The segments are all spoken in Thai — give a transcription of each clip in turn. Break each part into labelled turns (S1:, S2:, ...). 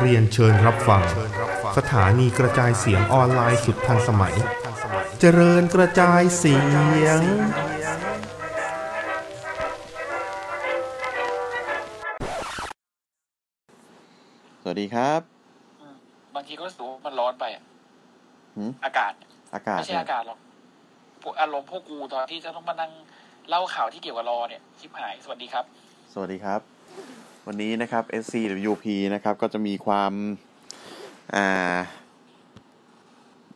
S1: เรียนเชิญรับฟัง สถานีกระจายเสียงออนไลน์สุดทันสมัย เจริญกระจายเสียง
S2: สวัสดีครับ
S3: อืมบางทีก็รู้สึกว่ามันร้อนไปอะ
S2: หืม
S3: อากาศเนี่ย
S2: อากาศ
S3: ไม่ใช่
S2: เนี่ย
S3: อากาศหรอกพวกอารมณ์พวกกูตอนที่จะต้องมานั่งเล่าข่าวที่เกี่ยวกับรอเนี่ยชิบหายสวัสดีครับ
S2: สวัสดีครับ วันนี้นะครับ SCWP นะครับ ก็จะมีความอ่า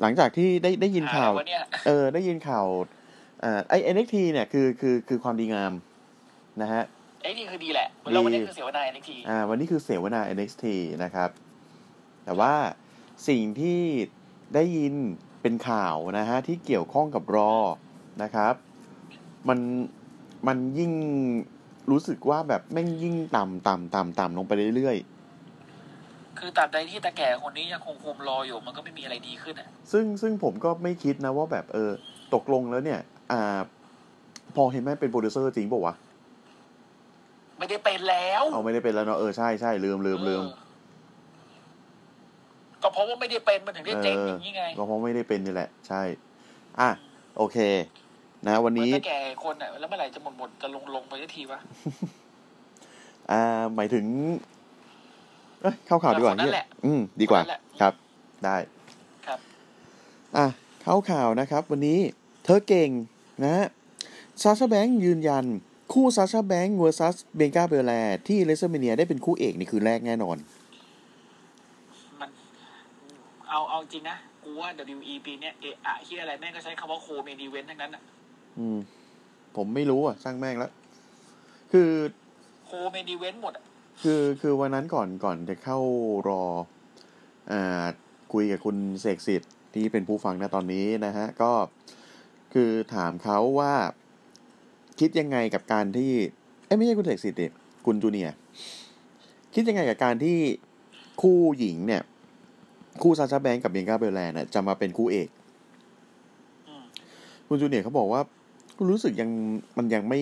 S2: หลังจากที่ได้ได้ยินข่าว
S3: อ่าแล้ววันเนี้ย
S2: เออ ได้ยินข่าวอ่าไอ NXT เนี่ยคือคือคือความดีงามนะฮะ
S3: ไอ้นี่คือดีแหละเราวันนี้คือเสวนาไอ้ที
S2: อ่าวันนี้คือเสวนา NXT นะครับ แต่ว่าสิ่งที่ได้ยินเป็นข่าวนะฮะ ที่เกี่ยวข้องกับรอนะครับ มันมันยิ่งรู้สึกว่าแบบแม่งยิ่งต่ำต่ำต่ำต่ำลงไปเรื่อย
S3: คือตราบใดที่ตาแก่คนนี้ยังคงคุมรออยู่มันก็ไม่มีอะไรดีขึ้นอ่ะ
S2: ๆ ซึ่งซึ่งผมก็ไม่คิดนะว่าแบบเออ ตกลงแล้วเนี่ย อ่า พอเห็นแม่เป็นโปรดิวเซอร์จริงป่าวะ
S3: ไม่ได้เป็นแล้ว
S2: เอาไม่ได้เป็นแล้วเนาะเออใช่ใช่ลืมลืมลืม
S3: เออก็เพราะว่าไม่ได้เป็นมันถึงได้เจ๊งอย่างนี้ไง
S2: ก็เพราะไม่ได้เป็นนี่แหละ ใช่ อ่ะ โอเค นะ วัน
S3: เหมือน
S2: นี้
S3: ตาแก่คนอ่ะแล้วเมื่อไหร่จะหมดหมดจะลงลงไปสักทีวะ
S2: อ่า หมายถึง เอ้ยเข้าข่าวดีกว่า
S3: คนนั่นแหละ
S2: อืม ดีกว่า
S3: คนนั้นแหละ
S2: ครับ ได้
S3: ครับ
S2: อ่ะ เข้าข่าวนะครับ วันนี้ เธอเก่งนะฮะซาชาแบงค์ยืนยัน คู่ซาชาแบงค์เวอร์ซัสเบงกาเบลแลที่เลเซอร์เมเนียได้เป็นคู่เอกในคืนแรกแน่นอน
S3: มันเอาเอาจริงนะ กูว่า WE ปีเนี้ยเอะอะที่อะไรแม่งก็ใช้คำว่าโคเมดีเวนทั้งนั้นอะ
S2: อืม ผมไม่รู้อ่ะ ช่างแม่งแล้ว คือ
S3: โคเมดีเวนหมดอะ
S2: คือคือวันนั้นก่อนก่อนจะเข้ารออ่าคุยกับคุณเสกสิทธิ์ที่เป็นผู้ฟังนะตอนนี้นะฮะ ก็คือถามเขาว่าคิดยังไงกับการที่ เอ้ยไม่ใช่คุณเสกสิทธิ์ดิคุณจูเนียร์คิดยังไงกับการที่คู่หญิงเนี่ย คู่ซาชาแบงก์กับเบียงกาเบลแลนด์น่ะจะมาเป็นคู่เอก
S3: อืม
S2: คุณจูเนียร์เขาบอกว่ารู้สึกยังมันยังไม่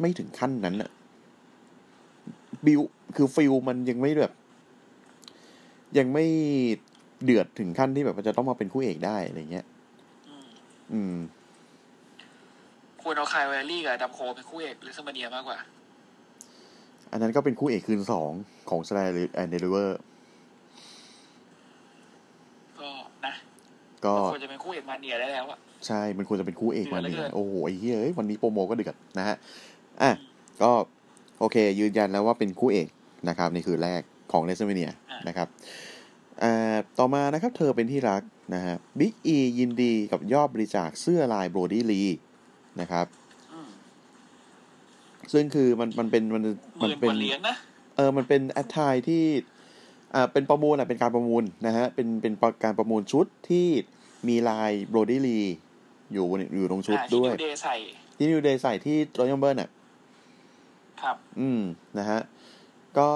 S2: ไม่ถึงขั้นนั้นอะบิวคือฟิลมันยังไม่แบบ ยังไม่เดือดถึงขั้นที่แบบว่าจะต้องมาเป็นคู่เอกได้อะไรเงี้ย
S3: อืม
S2: อืม
S3: ควรเอาคายแวลลี่กับดัมโคเป็นคู่เอกหรือสมาเนียมากกว่า
S2: อันนั้นก็เป็นคู่เอกคืนสองของสไลด์แอนเดอร์เวอร์
S3: ก็นะ
S2: ก็
S3: ควรจะเป็นคู่เอกมาเนียได้แล้วอะ
S2: ใช่ มันควรจะเป็นคู่เอกมาเนี่ยโอ้โหไอ้เฮ้ย วันนี้โปรโมก็เดือดนะฮะ อ่ะ ก็ โอเค ยืนยันแล้วว่าเป็นคู่เอกนะครับในคืนแรกของเลสเมเนียนะครับอ่าต่อมานะครับเธอเป็นที่รักนะฮะบิ๊กอียินดีกับยอดบริจาคเสื้อลายโบรดี้ลีนะครับ
S3: อืม
S2: ซึ่งคือมันมันเป็นมัน
S3: ห
S2: มัน
S3: มื่นก
S2: เป็น
S3: ว่าเหรียญนะ
S2: เออมันเป็นแอดไทยที่อ่าเป็นประมูลอ่ะเป็นการประมูลนะฮะเป็นเป็นประการประมูลชุดที่มีลายโบรดี้ลีอยู่บนอยู่ตรงชุด
S3: อ่า
S2: ด้ว
S3: ที่
S2: ย
S3: เดย์ใส่
S2: ที่นิวเดย์ใส่ที่รอยัลเบิร์นอ่ะ
S3: ครับ
S2: อืม นะฮะ ก็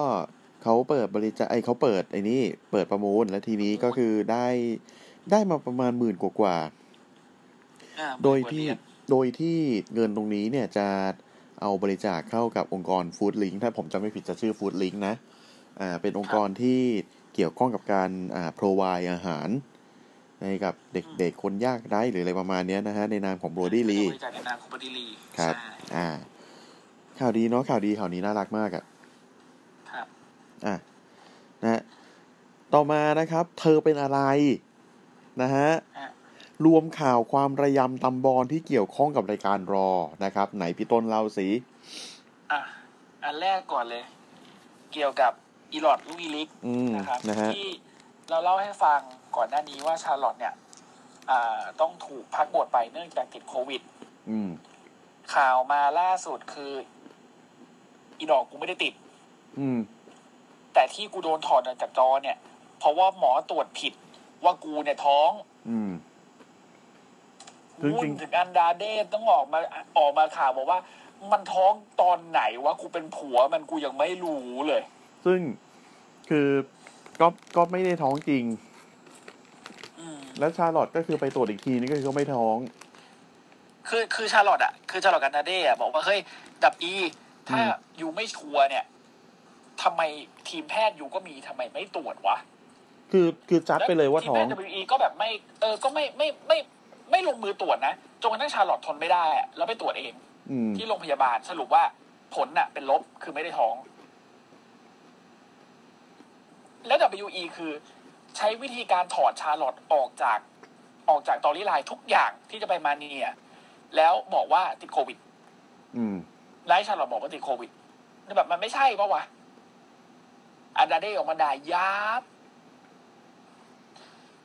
S2: เขาเปิดบริจาคไอเขาเปิดไอ้นี่ เปิดประมูล แล้วทีนี้ก็คือได้ได้มาประมาณหมื่นกว่ากว่า
S3: อ่าห
S2: โด
S3: มื่
S2: ย
S3: นกว่าเห
S2: ที่
S3: รีญ
S2: โดยที่เงินตรงนี้เนี่ยจะเอาบริจาคเข้ากับองค์กรฟู้ดลิงถ้าผมจำไม่ผิดจะชื่อฟู้ดลิงนะ อ่า เป็นองค์กรที่เกี่ยวข้องกับการอ่า provide อาหาร ให้กับเด็กๆ คนยากไร้หรืออะไรประมาณเนี้ยนะฮะ ในนามของโบรดี้ลี
S3: บริจาคในนามของบรดีลี
S2: ครับ
S3: ใช่
S2: อ่า ข่าวดีเนาะ ข่าวดีข่าวนี้น่ารักมากอะ
S3: ครับ
S2: อ่ะนะฮะต่อมานะครับ เธอเป็นอะไรนะฮะ
S3: ฮะ
S2: รวมข่าวความระยำตำบอลที่เกี่ยวข้องกับรายการรอนะครับ ไหนพี่ต้นเล่าสิ
S3: อ่ะอันแรกก่อนเลย เกี่ยวกับอีลอดลูกอีลิก
S2: อืม
S3: นะครับ
S2: นะฮะ
S3: ที่เราเล่าให้ฟังก่อนหน้านี้ว่าชาร์ลอตเนี่ยอ่าต้องถูกพักบทไปเนื่องจากติดโควิด
S2: อืม
S3: ข่าวมาล่าสุดคือ อีดอกกูไม่ได้ติด
S2: อืม
S3: แต่ที่กูโดนถอดออกจากจอเนี่ย เพราะว่าหมอตรวจผิดว่ากูเนี่ยท้อง
S2: อืม จริงๆ
S3: วุ่นถึงอันดาเดสต้องออกมาออกมาข่าวบอกว่า มันท้องตอนไหนวะกูเป็นผัวมันกูยังไม่รู้เลย
S2: ซึ่งคือก็ก็ไม่ได้ท้องจริง
S3: อืม
S2: และชาร์ลอตก็คือไปตรวจอีกทีนี่ก็คือไม่ท้อง
S3: คือคือชาร์ลอตอะคือชาร์ลอตกันนาเด้อะบอกว่าเฮ้ยดับอีถ้า
S2: อืม
S3: อยู่ไม่ชัวร์เนี่ยทำไมทีมแพทย์อยู่ก็มีทำไมไม่ตรวจวะ
S2: คือคือจัดไปเลยว่า
S3: ทีม
S2: ท้อ
S3: แพ
S2: ง
S3: ทย์ WE ก็แบบไม่เออก็ไม่ไม่ไม่ไม่ลงมือตรวจนะจนกระทั่งชาร์ลอตทนไม่ได้อะแล้วไปตรวจเอง
S2: อืม
S3: ที่โรงพยาบาลสรุปว่าผลน่ะ เป็นลบคือไม่ได้ท้อง แล้ว WE คือใช้วิธีการถอดชาร์ลอตออกจากออกจากตอรี่ไลน์ทุกอย่างที่จะไปมาเนียแล้วบอกว่าติดโควิด
S2: อืม
S3: ไลฟ์ชาร์ลอตบอกว่าติดโควิดแล้วแบบมันไม่ใช่ปะวะอันดาเด้ออกมาด่ายับ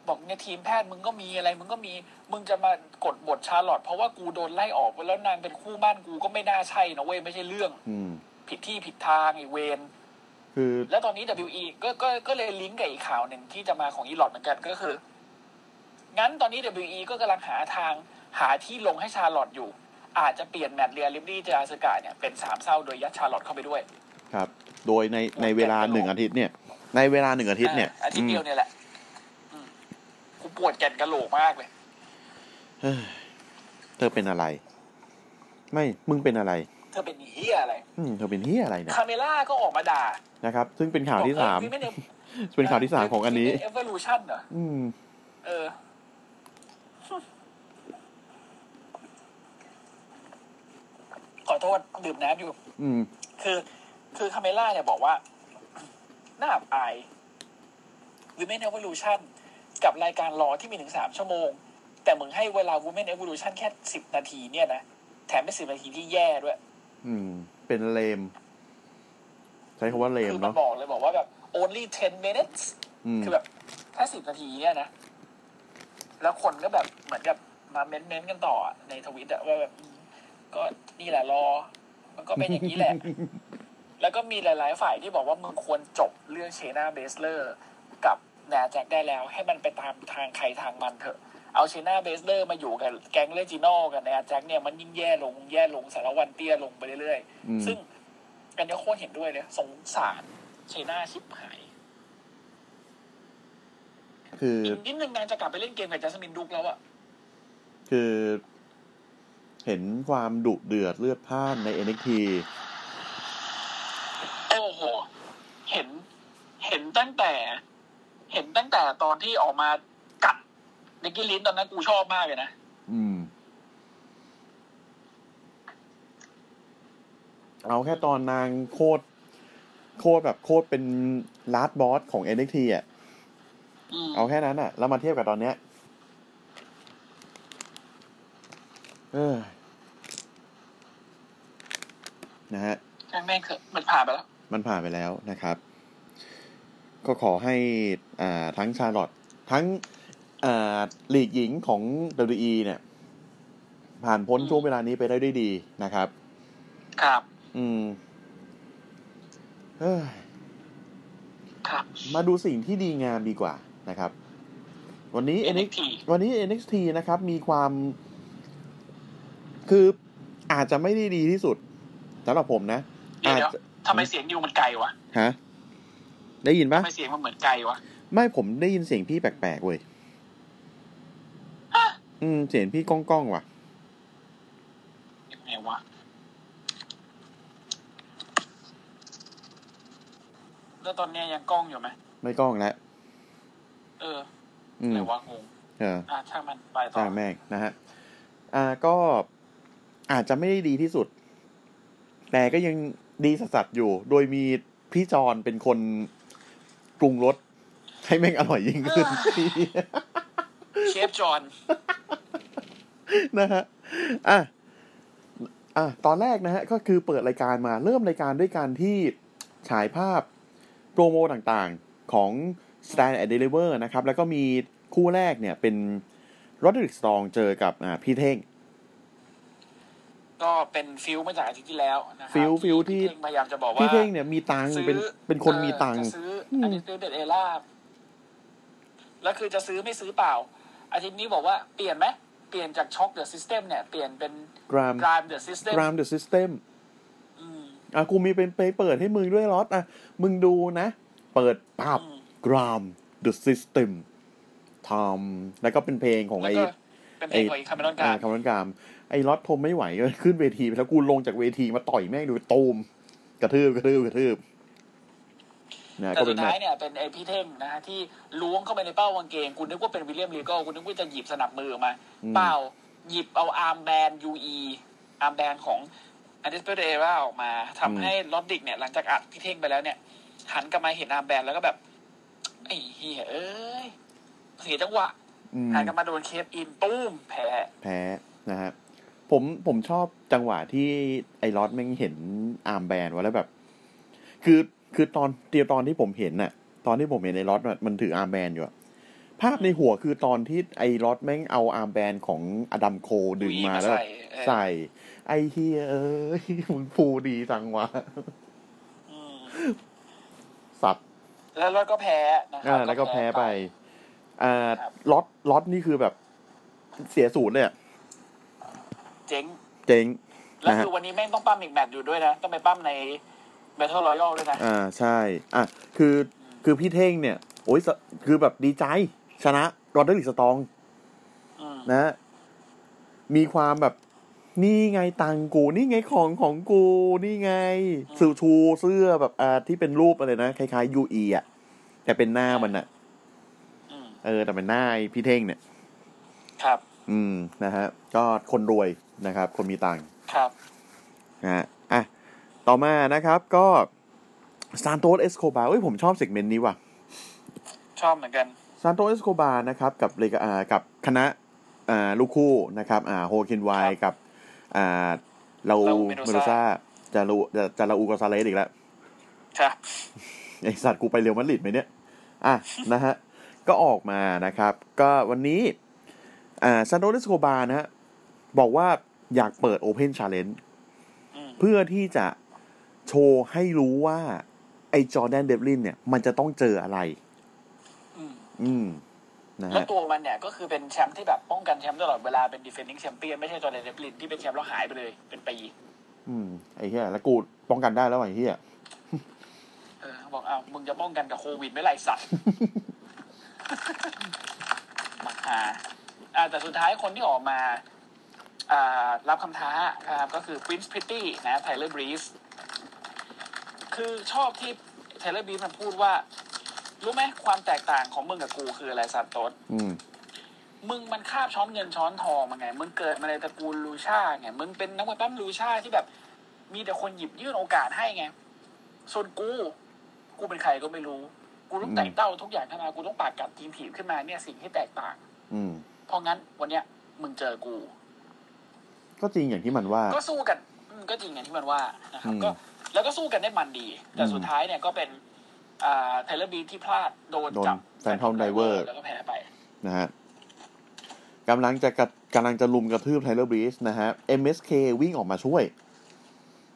S3: บอกเนี่ยทีมแพทย์มึงก็มีอะไร มึงก็มี มึงจะมากดบทชาร์ลอตเพราะว่ากูโดนไล่ออกไปแล้วนางเป็นคู่บ้านกูก็ไม่น่าใช่นะเว้ยไม่ใช่เรื่อง
S2: อืม
S3: ผิดที่ผิดทางไอเวน
S2: คือ
S3: แล้วตอนนี้ WE ก็ก็ก็เลยลิงก์กับอีกข่าวหนึ่งที่จะมาของอีลอดเหมือนกันก็คือ งั้นตอนนี้ WE ก็กำลังหาทางหาที่ลงให้ชาร์ลอตอยู่ อาจจะเปลี่ยนแมตช์เรียลิบรี่เจอาสกาเนี่ยเป็นสามเศร้าโดยยัดชาร์ลอตเข้าไปด้วย
S2: ครับ โดยในในเวลาหนึ่งอาทิตย์เนี่ย ในเวลาหนึ่งอาทิตย์เนี่ย
S3: อ่าอาทิตย์เดียวเนี่ยแหละอืมกูปวดแก่นกะโหลกมากเลย
S2: เฮ้ยเธอเป็นอะไร ไม่ มึงเป็นอะไร
S3: เธอเป็นเฮียอะไร
S2: อืมเธอเป็นเฮียอะไรเนี่ย
S3: คาเมล่าก็ออกมาด่า
S2: นะครับ ซึ่งเป็นข่าวที่สาม
S3: บอกเออ Women
S2: เป็นข่าวที่สามของอันนี้
S3: เอเวอร์ลูชันเหรอ
S2: อืม
S3: เออ ขอโทษ ดื่มน้ำอยู่
S2: อืม
S3: คือ คือคาเมล่าเนี่ยบอกว่า หน้าอับอาย Women Evolution กับรายการรอที่มีถึงสามชั่วโมง แต่มึงให้เวลา Women Evolution แค่สิบนาทีเนี่ยนะ แถมเป็นสิบนาทีที่แย่ด้วย
S2: อืม เป็นเลม ใช้คำว่าเลม
S3: คือมัน
S2: เนาะ
S3: บอกเลยบอกว่าแบบ only 10 minutes
S2: อืม
S3: คือแบบแค่สิบนาทีเนี่ยนะ แล้วคนก็แบบเหมือนกับมาเม้นเม้นๆกันต่ออะในทวิตอะว่าแบบก็นี่แหละรอ มันก็เป็นอย่างนี้ แหละ แล้วก็มีหลาย ๆ ฝ่ายที่บอกว่ามึงควรจบเรื่องเชนาเบสเลอร์ กับแนแจ็คได้แล้ว ให้มันไปตามทางใครทางมันเถอะ เอาเชนาเบสเลอร์มาอยู่กับแก๊งเลจิโน่กับแนแจ็คเนี่ยมันยิ่งแย่ลงแย่ลงสารวันเตี้ยลงไปเรื่อย
S2: อืม
S3: ๆซึ่งกันเนี้ยโคตรเห็นด้วยเลยสงสารเชนาชิบหาย
S2: คือ
S3: อีกนิดนึงนางจะกลับไปเล่นเกมกับจัสมินดุกแล้วอะ
S2: คือ เห็นความดุเดือดเลือดพล่านใน NXT
S3: โอ้โห เห็น เห็นตั้งแต่ เห็นตั้งแต่ตอนที่ออกมากัดนิกกี้ลินตอนนั้นกูชอบมากเลยนะ
S2: อืม เอาแค่ตอนนางโคตร โคตรแบบโคตรเป็นลาสบอสของ NXT อ่ะ
S3: อืม
S2: เอาแค่นั้นอ่ะ แล้วมาเทียบกับตอนเนี้ย เออ นะฮะ
S3: แม่งเถอะมันผ่านไปแล้ว
S2: มันผ่านไปแล้วนะครับ ก็ขอให้อ่าทั้งชาร์ลอตทั้งอ่าลีกหญิงของ WWE เนี่ย ผ่านพ้น
S3: อืม
S2: ช่วงเวลานี้ไปได้ด้วยดีนะครับ
S3: ครับ
S2: อืมเอ้ย
S3: ครับ
S2: มาดูสิ่งที่ดีงามดีกว่านะครับ วันนี้ NXT
S3: NXT
S2: วันนี้ NXT นะครับ มีความคืออาจจะไม่ได้ดีที่สุดสำหรับผมนะ
S3: เดี๋
S2: อาจ
S3: ยว
S2: จะ
S3: ๆทำไมเสียงยูมันไกลวะ
S2: ฮะ ได้ยินปะ
S3: ทำไมเสียงมันเหมือนไกลวะ
S2: ไม่ผมได้ยินเสียงพี่แปลกๆเว้ย
S3: ฮะ
S2: อืม เสียงพี่ก้องก้องๆว่ะ
S3: ยังไงวะ แล้วตอนเนี้ยยังกล้องอยู่ไหม
S2: ไม่ก้องแล้ว
S3: เออ
S2: อื
S3: อะ
S2: ม
S3: ไรวะงง
S2: เออ
S3: อ่ะช่างมันไปต่อ
S2: ตามแม่งนะฮะ อ่าก็อาจจะไม่ได้ดีที่สุด แต่ก็ยังดีสัสๆอยู่ โดยมีพี่จอนเป็นคนปรุงรสให้แม่งอร่อยยิ่ง ขึ้น
S3: เชฟจอห์น
S2: นะฮะ อ่ะ อ่ะ ตอนแรกนะฮะ ก็คือเปิดรายการมา เริ่มรายการด้วยการที่ฉายภาพโปรโมต่างๆของ Stand and Deliver นะครับ แล้วก็มีคู่แรกเนี่ยเป็นโรดริกสตองเจอกับอ่าพี่เท่ง
S3: ก็เป็นฟิลมาจากอาทิตย์ที่แล้วนะครั
S2: ฟิลฟิลที่
S3: พี่เท่งพยายามจะบอกว่า
S2: พี่เท่งเนี่ยมีตังค์
S3: ซื้อ
S2: เป็นเป็นคนมีตัง
S3: เอ
S2: ค์
S3: อจะซื้อ
S2: ม
S3: อันนี้ซื้อเดดเอล่าแล้วคือจะซื้อไม่ซื้อเปล่า อาทิตย์นี้บอกว่าเปลี่ยนไหมเปลี่ยนจากช็อคเดอะซิสเต็มเนี่ย เปลี่ยนเป็น
S2: กราม
S3: กรามเดอะซิสเต็ม
S2: กรามเดอะซิสเต็ม อ่ะกูมีเป็นไปเปิดให้มึงด้วยรอดอ่ะ มึงดูนะ เปิดปับกราม The System ทำแล้วก็เป็นเพลงของ
S3: แล้ว
S2: ไอ้
S3: ก็เป็นเพลงของอีกคาเมรอนกา
S2: อ่าร คำนั้นกาม ไอ้ล็อตทนไม่ไหวก็ ขึ้นเวทีไปแล้วกูลงจากเวทีมาต่อยแม่งดูตูมกระทืบกระทืบกระทืบนะ
S3: แต่
S2: ก็
S3: สุ
S2: เป็
S3: ด
S2: นแม
S3: ท้า
S2: ต
S3: ย
S2: ช์
S3: เนี่ยเป็นไอพี่เท่งนะฮะที่ล้วงเข้าไปในเป้ากางเกงคุณนึกว่าเป็นวิลเลียมลีโก้คุณนึกว่าจะหยิบสนับมือออกมา
S2: อืม
S3: เปล่าหยิบเอาอาร์มแบนยูอีอาร์มแบนของอันดิสเปเดว่าออกมาทำให้ลอดดิกเนี่ยหลังจากอัดพี่เท่งไปแล้วเนี่ย หันกลับมาเห็นอาร์มแบนแล้วก็แบบ ไอ้เหี้ยเอ้ยเสียจังหวะ
S2: อืม
S3: หันกลับมาโดนเคฟอินตุ้มแพ้
S2: แพ้นะฮะผมผมชอบจังหวะที่ไอ้ลอตแม่งเห็นอาร์มแบนด์ไว้แล้วแบบ คือคือตอนเตียตอนที่ผมเห็นน่ะ ตอนที่ผมเห็นไอ้ลอตมันถืออาร์มแบนด์อยู่อะภาพในหัวคือตอนที่ไอ้ลอตแม่งเอาอาร์มแบนด์ของอดัมโคดึงมาแล้วแบบ
S3: ใส่
S2: ใส่
S3: เออ
S2: ไอ้เฮียเอ้ยมึงฟูดีจังวะ
S3: อืม
S2: สับ
S3: แล้วลอดก็แพ้นะครั
S2: อ่าแล้วก็แพ้ไป อ่าล็อตล็อตนี่คือแบบเสียศูนย์เลยอะ
S3: เจ๊ง
S2: เจ๊ง
S3: แล้ว
S2: นะฮะ
S3: คือวันนี้แม่งต้องปั้มอีกแมตช์อยู่ด้วยนะ ต้องไปปั้มใน Battle Royale ด้วยนะ
S2: อ่าใช่ อ่ะคือคือพี่เท่งเนี่ย โอ้ยสคือแบบดีใจ ชนะรอดเดอร์ลิกสตอง
S3: อืม
S2: นะมีความแบบ นี่ไงตังกู นี่ไงของของกูนี่ไงสูชูเสื้อแบบอ่าที่เป็นรูปอะไรนะคล้ายๆยูอีอ่ะ แต่เป็นหน้ามันอ่ะ
S3: อืม
S2: เออ แต่เป็นหน้าไอ้พี่เท่งเนี่ย
S3: ครับ
S2: อืมนะฮะ ก็คนรวยนะครับ คนมีตังค์
S3: ครับ
S2: นะฮะอ่ะ ต่อมานะครับก็ซานโตสเอสโคบาเอ้ยผมชอบเซกเมนต์นี้ว่ะ
S3: ชอบเหมือนกัน
S2: ซานโตเอสโคบาร์นะครับกับเลกาอ่ากับคณะอ่าลูกคู่นะครับอ่าโฮคินไวน์กับอ่าเรา
S3: Raul
S2: เม
S3: Mendoza
S2: โ o ซาจะรูจะจะราอูกอซาเลสอีกแล้ว
S3: ครับ
S2: ไอสัตว์กูไปเรียวมาดริดไหมเนี่ยอ่ะ นะฮะ ก็ออกมานะครับ ก็วันนี้อ่าซานโตเอสโคบาร์นะฮะ บอกว่าอยากเปิดโอเพนชาเลนจ์
S3: อืม
S2: เพื่อที่จะโชว์ให้รู้ว่า ไอจอร์แดนเดบลินเนี่ย มันจะต้องเจออะไร
S3: อืม
S2: อืมนะ
S3: แล้ว
S2: ฮะ
S3: ตัวมันเนี่ยก็คือเป็นแชมป์ที่แบบป้องกันแชมป์ตลอดเวลาเป็น defending champion ไม่ใช่จอร์แดนเดบลินที่เป็นแชมป์แล้วหายไปเลย เป็นปี
S2: อืมไอ้เหี้ยแล้วกูป้องกันได้แล้วไอ้เหี้ย
S3: เออบอกอ้าวมึงจะป้องกันกับโควิดไหม่ไรสัตว์ มาหาอ่าแต่สุดท้ายคนที่ออกมา อ่ารับคำท้าครับก็คือ Prince Pretty นะ Tyler Breeze คือชอบที่ Tyler Breeze มันพูดว่า รู้ไหมความแตกต่างของมึงกับกูคืออะไรสันโตส
S2: อืม
S3: มึงมันคาบช้อนเงินช้อนทองมาไง มึงเกิดมาในตระกูลลูชาไง มึงเป็นนักมวยปั้มลูชาที่แบบ มีแต่คนหยิบยื่นโอกาสให้ไง ส่วนกู กูเป็นใครก็ไม่รู้ กูต้องแต่งเต้าทุกอย่างขึ้นมา กูต้องปากกัดทีมถีบขึ้นมาเนี่ยสิ่งที่แตกต่าง
S2: อืม
S3: เพราะงั้นวันเนี้ยมึงเจอกู
S2: ก็จริงอย่างที่มันว่า
S3: ก็สู้กันอืมก็จริงอย่างที่มันว่านะครับ
S2: อืม
S3: ก็แล้วก็สู้กันได้มันดี แต่
S2: อืม
S3: สุดท้ายเนี่ยก็เป็นอ่าไทเลอร์บีที่พลาดโดน
S2: โดน
S3: จับ
S2: Phantom Driver
S3: แล้วก็แพ้ไป
S2: นะฮะกำลังจะกระกำลังจะลุมกระทืบไทเลอร์บรีสนะฮะ MSK วิ่งออกมาช่วย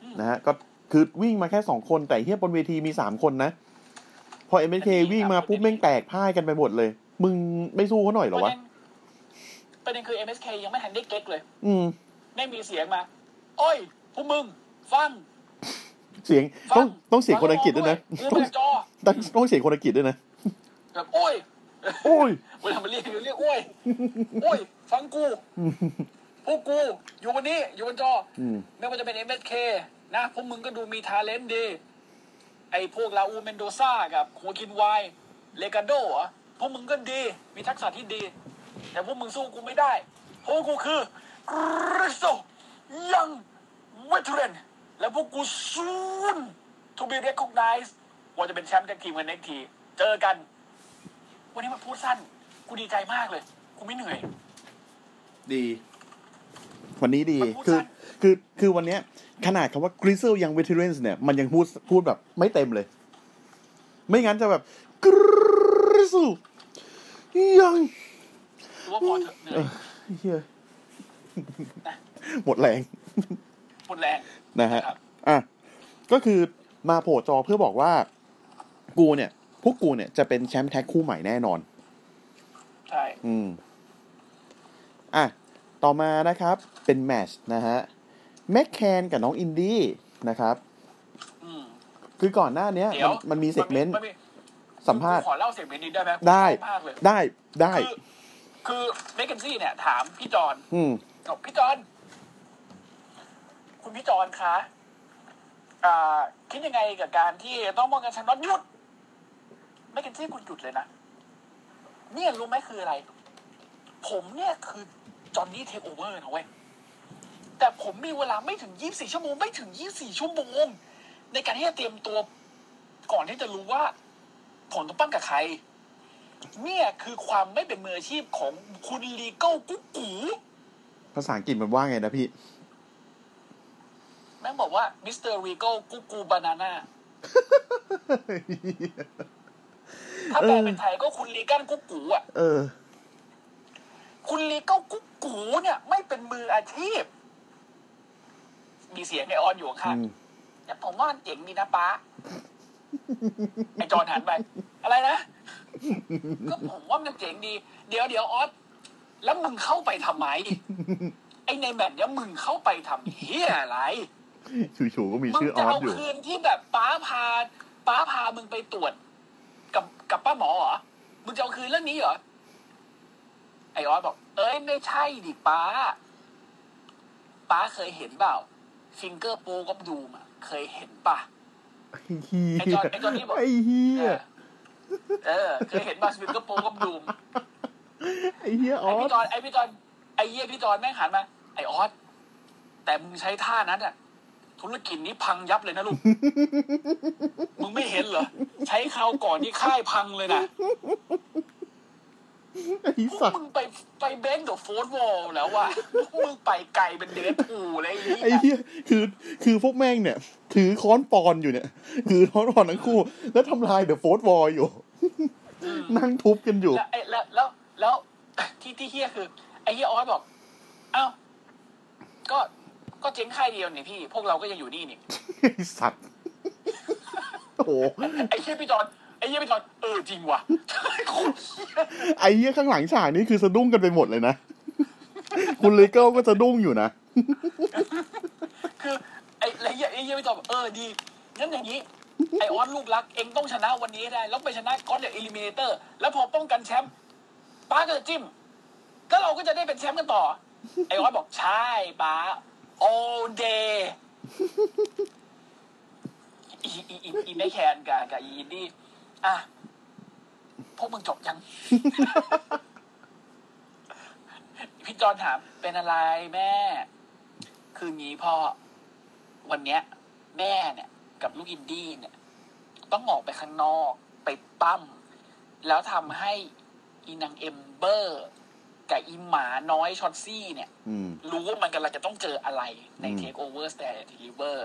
S3: อืม
S2: นะฮะ ก็คือวิ่งมาแค่สองคน แต่เฮียบนเวทีมีสามคนนะ พอ MSK วิ่งมาปุ๊บแม่งแตกพ่ายกันไปหมดเลย มึงไม่สู้เขาหน่อยเหรอวะ
S3: ประเด็นคือ MSK ยังไม่ทันได้เก๊กเลย
S2: อืม
S3: ไม่มีเสียงมา โอ้ย พวกมึง ฟัง
S2: เสียง
S3: ฟั
S2: ต้องต้องเสียงคนอังกฤษด้วยนะ
S3: เรียน
S2: ต้อง
S3: มาจากจอ
S2: ต้องต้องเสียงคนอังกฤษด้วยนะ
S3: แบบโอ้ย
S2: โอ้ย
S3: เวลามันเรียกเรียกโอ้ย โอ้ย ฟังกู พวกกู อยู่วันนี้ อยู่บนจอ
S2: อืม
S3: ไม่ว่าจะเป็น MSK นะ พวกมึงก็ดูมีทาเลนต์ดี ไอ้พวกลาอูเมนโดซ่ากับโคกินไวน์เลกาโดเหรอ่ะพวกมึงก็ดี มีทักษะที่ดี แต่พวกมึงสู้กูไม่ได้ เพราะว่ากูคือกริสโซยังเวทเรน และพวกกูซูนทูบีเรคคอกไนซ์ว่าจะเป็นแชมป์จากทีมกันเน็กที เจอกัน วันนี้มันพูดสั้น กูดีใจมากเลย กูไม่เหนื่อย
S2: ดี วันนี้ดี
S3: มันพูด
S2: คือ
S3: สั้น
S2: คือ คือวันเนี้ย ขนาดคำว่า grizzle young veterans เนี่ย มันยังพูด พูดแบบ ไม่เต็มเลย ไม่งั้นจะแบบ grizzle young
S3: กูว่าพอเถอะเหนื่อย
S2: เหี้ยหมดแรง
S3: หมดแรง
S2: นะฮะ
S3: ครับ
S2: อ่ะ ก็คือมาโผล่จอเพื่อบอกว่า กูเนี่ย พวกกูเนี่ย จะเป็นแชมป์แท็กคู่ใหม่แน่นอน
S3: ใช่
S2: อืม อ่ะ ต่อมานะครับ เป็นแมตชนะฮะ แม็กแคนกับน้องอินดี้นะครับ
S3: อืม
S2: คือก่อนหน้าเนี้ย
S3: เดี๋ยว
S2: มันมันมีเซกเมนต์
S3: น
S2: สัมภาษณ์
S3: ขอเล่าเซกเมนต์นี้ได้ไหม
S2: ได้
S3: ผมชอบมากเลย
S2: ได้ได้
S3: คือคือเมคเคนซี่เนี่ย ถามพี่จอน
S2: อืม
S3: บอกพี่จอน คุณพี่จอนคะอ่าคิดยังไงกับการที่ต้องมองกันชันน็อตหยุดไม่กันที่คุณหยุดเลยนะเนี่ยรู้ไหมคืออะไร ผมเนี่ยคือจอนนี่เทคโอเวอร์นะเว้ย แต่ผมมีเวลาไม่ถึง 24 ชั่วโมง ไม่ถึง 24 ชั่วโมง ในการที่จะเตรียมตัวก่อนที่จะรู้ว่าผมต้องปั้นกับใคร เนี่ยคือความไม่เป็นมืออาชีพของคุณลีเกลกุ๊กกู
S2: ภาษาอังกฤษมันว่าไงนะพี่
S3: แม่งบอกว่ามิสเตอร์รีโก้กูกูบานาน่าถ้าแปลเป็นไทยก็คุณลีกันกุ๊กกูอ่ะ
S2: เออ
S3: คุณลีเก้ากุ๊กกูเนี่ย ไม่เป็นมืออาชีพ มีเสียงไอออนอยู่ข้าง
S2: อืม
S3: แต่ผมว่ามันเจ๋งดีนะป้า ไอจอนหันไป อะไรนะ ก็ผมว่ามันเจ๋งดี เดี๋ยวเดี๋ยวออสแล้วมึงเข้าไปทำไม ไอในแบบเนี้ยมึงเข้าไปทำเฮียอะไร
S2: ชูๆก็มี
S3: มึง
S2: ชื่ออ
S3: จะ
S2: อส
S3: เอา
S2: อยู่
S3: คืนที่แบบป้าพาป้าพามึงไปตรวจ กับกับป้าหมอเหรอ มึงจะเอาคืนเรื่องนี้เหรอ ไอออสบอก เอ้ยไม่ใช่ดิป้า ป้าเคยเห็นเปล่า ฟิงเกอร์โปกับดูมอะเคยเห็นป่ะ
S2: ไอ้เฮี
S3: ไอ้จอนไอ้จอนนี่บอก
S2: ไอ้เฮีย
S3: เออ เคยเห็นป่ะฟิงเกอร์โปกับดูม
S2: ไอ้เฮียอ
S3: ไอ
S2: อส
S3: พี่จอนไอพี่จอนไอเยี่ยพี่จอนแม่งหันมาไอออสแต่มึงใช้ท่านั้นอะธุรกิจนี้พังยับเลยนะ ลูก มึงไม่เห็นเหรอ ใช้คราวก่อนนี่ค่ายพังเลยนะ
S2: ไอ้
S3: พว
S2: สั
S3: ก
S2: ตว์
S3: มึงไปไปเบนด์กับโฟร์วอลแล้วว่ะพวกมึงไปไกลเป็นเดนพูอะไรอย่าง
S2: ไอ้
S3: งี้ย
S2: เฮียคือคือพวกแม่งเนี่ย ถือค้อนปอนอยู่เนี่ย ถือค้อนปอนทั้งคู่ แล้วทำลายเดอะโฟร์วอล อยู่ นั่งทุบกันอยู่
S3: แล้วไอแล้วแล้วแล้วที่ที่เฮี้ยคือ ไอเฮี้ยออสบอกเอ้าก็ก็เจ๊งค่ายเดียวนี่พี่ พวกเราก็ยังอยู่นี่นี่
S2: ไอ้สัตว์ โอ้โห
S3: ไอเฮี้ยพี่จอนไอเฮี้ยพี่จอนเออจริงว่ะ โคตรเหี้ย
S2: ไอ้เหี้ยข้างหลังฉากนี้คือสะดุ้งกันไปหมดเลยนะ คุณเลเกิลก็สะดุ้งอยู่นะ
S3: คือไอ้ไรเงี้ยไอ้เงี้ยไม่ตอบเออดีงั้นอย่างนี้ ไอออสลูกรักเองต้องชนะวันนี้ให้ได้ แล้วไปชนะก้อนเดอะเอลิมิเนเตอร์ แล้วพอป้องกันแชมป์ป้าก็จะจิ้ม แล้วเราก็จะได้เป็นแชมป์กันต่อ ไอออสบอกใช่ป้า all day อีอีอีอีไม่แคนกับกับอีอินดี้อ่ะ พวกมึงจบยัง พี่จอนถามเป็นอะไรแม่ คืองี้พ่อ วันเนี้ย แม่เนี่ย กับลูกอินดี้เนี่ย ต้องออกไปข้างนอกไปปั้ม แล้วทำให้อีนางเอมเบอร์ กับอีหมาน้อยชอตซี่เนี่ย
S2: อืม
S3: รู้ว่ามันกำลังจะต้องเจออะไรใน
S2: อืม
S3: Take Over s t a r d e l i v e r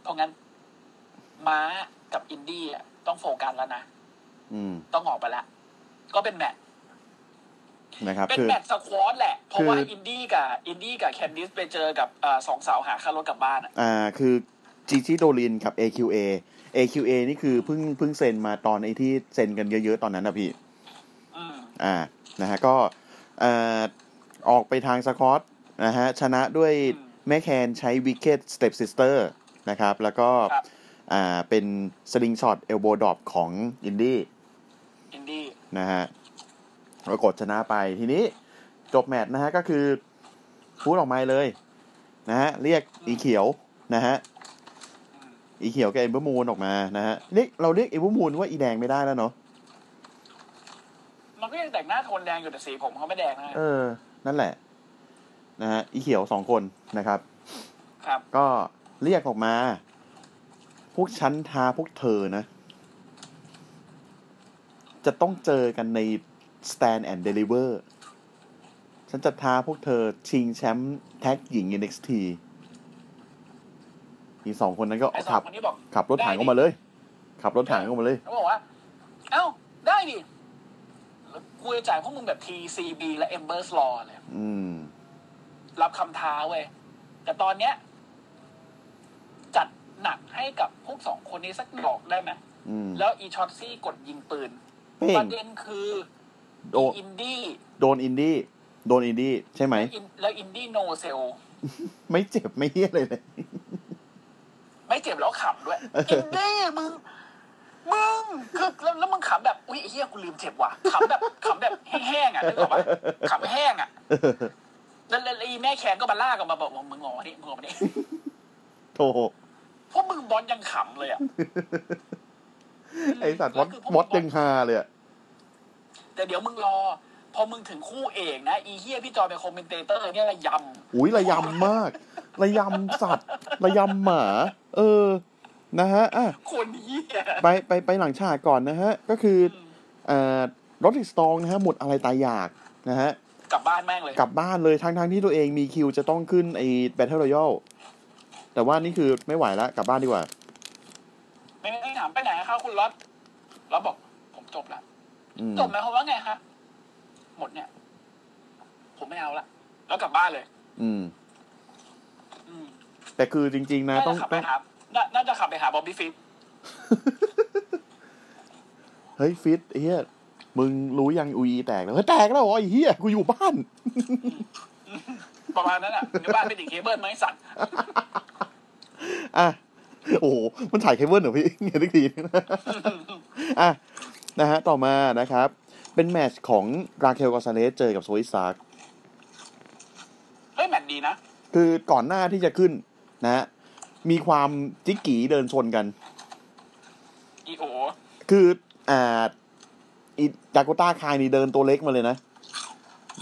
S3: เพราะงั้น ม้ากับอินดี้อะต้องโฟกัสแล้วนะ
S2: อืม
S3: ต้องออกไปแล้ว ก็เป็นแมตช์
S2: นะครับ
S3: เป็น
S2: คือ
S3: แมตช์สควอตแหละ เพราะว่า
S2: คือ
S3: อินดี้กับอินดี้กับแคนดิสไปเจอกับเอ่อสองสาวหาค่ารถกลับบ้านอะ
S2: อ่าคือจีจีโดลินกับ AQA AQA นี่คือเพิ่งเพิ่งเซ็นมาตอนไอ้ที่เซ็นกันเยอะๆ ตอนนั้นนะพี่
S3: อืม
S2: อ่า นะฮะ ก็เอ่อออกไปทางสกอตนะฮะ ชนะด้วย
S3: อืม
S2: แม่แคนใช้วิกเก็ตสเต็ปซิสเตอร์นะครับ แล้วก็
S3: ครับ
S2: อ่า เป็นสลิงช็อตเอลโบดอปของอินดี้
S3: อินดี้
S2: นะฮะปรากฏชนะไปทีนี้จบแมตช์นะฮะ ก็คือพูดออกไมาเลย นะฮะ เรียกอีเขียวนะฮะ อีเขียวกับเอมเบอร์มูนออกมานะฮะเรียกเราเรียกเอมเบอร์มูนว่าอีแดงไม่ได้แล้วเนาะ
S3: มันก็ยังแต่งหน้าโทนแดงอยู่แต่สีผมเขาไม่แดงนะ
S2: เออ นั่นแหละ นะฮะอีเขียวสองคนนะครับ
S3: ครับ
S2: ก็เรียกออกมา พวกชั้นทาพวกเธอนะ จะต้องเจอกันใน stand and deliver ฉันจะทาพวกเธอชิงแชมป์แท็กหญิง NXT อีกสองคนนั้นก็
S3: ไอ้สอ
S2: ขับ
S3: งคนนี้บอก
S2: ขับรถถังออกมาเลย ขับรถถังออกมาเลย
S3: เขาบอกว่า เอ้า ได้ดิแล้วกูจะจ่ายพวกมึงแบบ TCB และ Ember s l a w เลย
S2: อืม
S3: รับคำท้าเว้ย แต่ตอนเนี้ย จัดหนักให้กับพวกสองคนนี้สักดอกได้ไหม
S2: อืม
S3: แล้วอีช็อตซี่กดยิงปืน
S2: เป้ง
S3: ประเด็นคือ
S2: โดน
S3: อินดี้
S2: โดนอินดี้ โดนอินดี้ ใช่ไหม
S3: อินแล้วอินดี้โนเซล
S2: ไม่เจ็บไม่เฮี้ยเลยเลย
S3: ไม่เจ็บแล้วขำด้วยอินดี้มึง มึงคือแล้วแล้วมึงขำแบบ อุ้ยไอ้เฮียกูลืมเจ็บว่ะขำแบบขำแบบแห้งๆอ่ะนึกออกปะขำแห้งอ่ะ แล้วแล้วแล้วอีแม่แขนก็มาลากออกมาบอกว่ามึงงอนี่มึงงอนี่
S2: โธ่
S3: พวกมึงบอลยังขำเลยอ่ะ
S2: ไอสัตว์วอ
S3: แล้
S2: ต
S3: คืพก
S2: ว
S3: มึ
S2: อตยังฮาเลยอะ
S3: แต่เดี๋ยวมึงรอ พอมึงถึงคู่เอกนะอีเฮียพี่จอยเป็นคอมเมนเตเตอร์เนี่ยระย
S2: อุ้ยระยำมาก ระยำสัตว์ ระยำหมา เออ นะฮะอ่ะ
S3: ำคนเฮีย
S2: ไปไปไปหลังฉากก่อนนะฮะ ก็คือเอ่อรถติดสตองนะฮะ หมดอะไรตายอยากนะฮะ
S3: กลับบ้านแม่งเลย
S2: กลับบ้านเลยทั้งทั้งที่ตัวเองมีคิวจะต้องขึ้นไอ้แบทเทิลรอยัลแต่ว่านี่คือไม่ไหวละกลับบ้านดีกว่า
S3: ไม่ไม่ถามไปไหนครับคุณล็อตล็อตบอก ผมจบละ
S2: อืม
S3: จบหมายความว่าไงคะหมดเนี่ย ผมไม่เอาละ แล้วกลับบ้านเลย
S2: อืม
S3: อืม
S2: แต่คือจริง ๆ นะ
S3: น่า
S2: ต้อง
S3: จะขับ
S2: ต้
S3: ไป
S2: อง
S3: หาน่าน่าจะขับไปหาบอบบี้ฟิน
S2: เฮ้ยฟิตไอ้เฮียมึงรู้ยังอุยแตกแล้วเฮ้ยแตกแล้วเหรอไอ้เฮียกูอยู่บ้าน
S3: ประมาณนั้นอ่ะในบ้านไม่ติดเคเบิลไหมสัตว์
S2: อ่ะ โอ้โห มันถ่ายเคเบิลเหรอพี่ เงี้ยทุกทีนะอ่ะ นะฮะ ต่อมานะครับ เป็นแมตช์ของราเคลกอซาเลสเจอกับโซอิซาก
S3: เฮ้ยแมตช์ดีนะ
S2: คือก่อนหน้าที่จะขึ้นนะฮะมีความจิกกี้เดินชนกัน
S3: อีโอ
S2: คืออ่าอีดาโกต้าคายนี่เดินตัวเล็กมาเลยนะ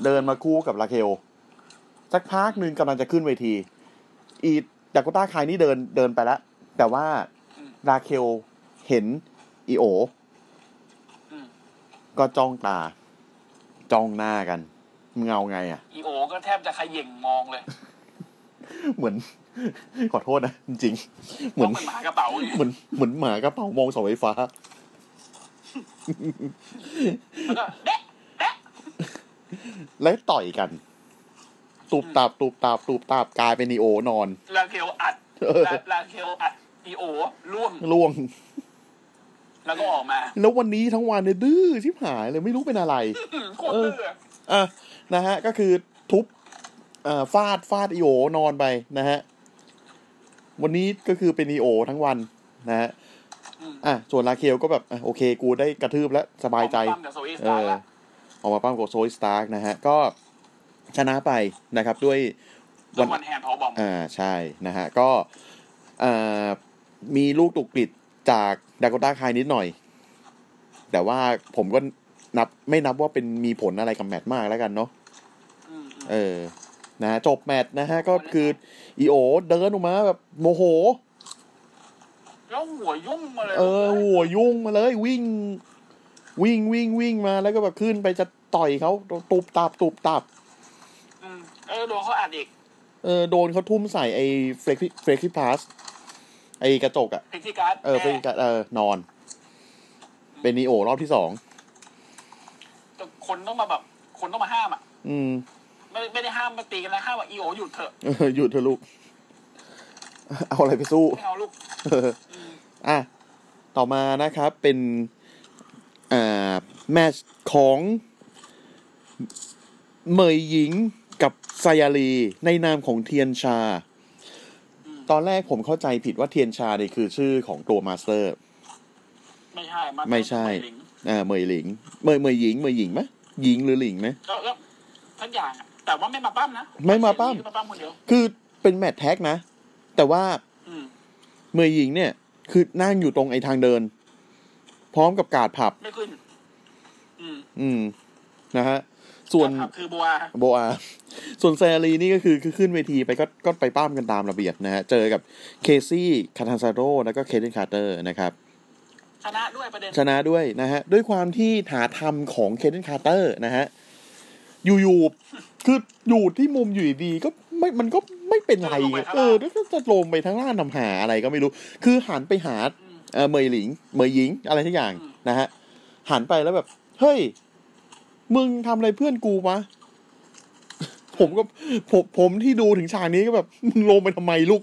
S2: เดินมาคู่กับราเคลสักพักหนึ่งกำลังจะขึ้นเวที อีดาโกต้าคายนี่เดินเดินไปแล้ว แต่ว่าราเคลเห็นอีโอ
S3: อืม
S2: ก็จ้องตา จ้องหน้ากันมึงเงาไงอ่ะ
S3: อีโอ ก็แทบจะเขย่งมองเลย
S2: เหมือน ขอโทษนะ จริงๆเห
S3: ม
S2: มื
S3: อ
S2: อง น
S3: เป็นหมากระเป๋าอยู่
S2: เหมือนเหมือนหมากระเป๋ามองเสาไฟฟ้า
S3: แล้วก็เด๊ะ
S2: แล้วต่อยกัน ตูบตาบตูบตาบตูบตาบกลายเป็นนีโอนอน
S3: ลาเคลอัด
S2: เออ
S3: ลาลาเคลอัดอีโอร่วง
S2: ล่วง
S3: แล้วก็ออกมา
S2: แล้ววันนี้ทั้งวันเนี่ยดื้อชิบหายเลยไม่รู้เป็นอะไร
S3: อืมโคตรเตื่อ
S2: อ่ะนะฮะ ก็คือทุบเอ่อฟาดฟาดอีโอนอนไปนะฮะ วันนี้ก็คือเป็นนีโอทั้งวันนะฮะ
S3: ม
S2: อ่ะ ส่วนลาเคียวก็แบบอ่ะโอเค กูได้กระทืบแล้ว สบายใจ
S3: ออกม
S2: เอ
S3: ปั้มกับโซอีสตาร์
S2: อ
S3: ละ
S2: ออกมาปั้มกับโซยสตาร์กนะฮะ ก็ชนะไปนะครับด้วย
S3: รางวัลแฮนด์พาวบอม
S2: อ่าใช่นะฮะ ก็อ่ามีลูกตุกกลิดจากดากต้าคายนิดหน่อย แต่ว่าผมก็นับไม่นับว่าเป็นมีผลอะไรกับแมตช์มากแล้วกันเนาะ
S3: อืมอืม
S2: เออนะฮะจบแมตช์นะฮะ ก็คืออีโอเดินออกมาแบบโมโห
S3: แล้วหัวยุ่งมาเลย
S2: เออโหัวยุ่งมาเลยวิ่ง วิ่งวิ่งวิ่งมาแล้วก็แบบขึ้นไปจะต่อยเขาตุบตับตุบตับ
S3: มเออโดนเขาอัดอีก
S2: เออโดนเขาทุ่มใส่ไอ้เฟรกเฟรกที่พาสไอ้กระจกอะ
S3: พิกซี่การ์ด
S2: เออเป็น
S3: แม่
S2: เออนอน เป็นนีโอรอบที่สอง
S3: แต่คนต้องมาแบบ คนต้องมาห้ามอ่ะ
S2: อืม
S3: ไม่ไม่ได้ห้ามมาตีกันนะห้ามว่าอีโอหยุดเถอะ
S2: เออหยุดเถอะลูก เอาอะไรไปสู้
S3: ไม่เอาลูก
S2: เอออ่ะ ต่อมานะครับ เป็นอ่าแมตช์ของเหมยหญิงกับไซยาลี ในนามของเทียนชา ตอนแรกผมเข้าใจผิดว่าเทียนชาเนี่ยคือชื่อของตัวมาสเตอร์
S3: ไม่ใช่า
S2: ไม่ใช่
S3: ปลิง
S2: อ่าเหมยหลิงเหมยเหมยหญิงเหมยหญิงไหมหญิงหรือหลิงไหม
S3: แล้วแล้วทั้งอย่างอะแต่ว่าไม่มาปั้มนะ
S2: ไม่มาปั้ม
S3: ไมาปั้มคนเดียว
S2: คือเป็นแมตช์แท็กนะ แต่ว่า
S3: อืม
S2: เมยหญิงเนี่ย คือนั่งอยู่ตรงไอ้ทางเดิน พร้อมกับกาดผับ
S3: ไม่ขึ้น อืม
S2: อืม นะฮะ ส่วน
S3: ครับคือบัว
S2: โบอา ส่วนแซรีนี่ก็คือคือขึ้นเวทีไปก็ก็ไปป้ามกันตามระเบียบนะฮะ เจอกับเคซี่คาทันซาโรแล้วก็เคเดนคาร์เตอร์นะครับ
S3: ชนะด้วยประเด็น
S2: ชนะด้วยนะฮะ ด้วยความที่ฐานธรรมของเคเดนคาร์เตอร์นะฮะ อยู่ๆคืออยู่ที่มุมอยู่ดีๆก็ไม่มันก็ไม่เป็นไรไงเออแล้วก็จะลงไปทางล่างนำหาอะไรก็ไม่รู้ คือหันไปหา
S3: อืม
S2: เออเมยหลิงเมยหญิงอะไรทุกอย่าง
S3: อืม
S2: นะฮะ หันไปแล้วแบบ เฮ้ย มึงทำอะไรเพื่อนกูวะ ผมก็ผมผมที่ดูถึงฉากนี้ก็แบบ มึงลงไปทำไมลูก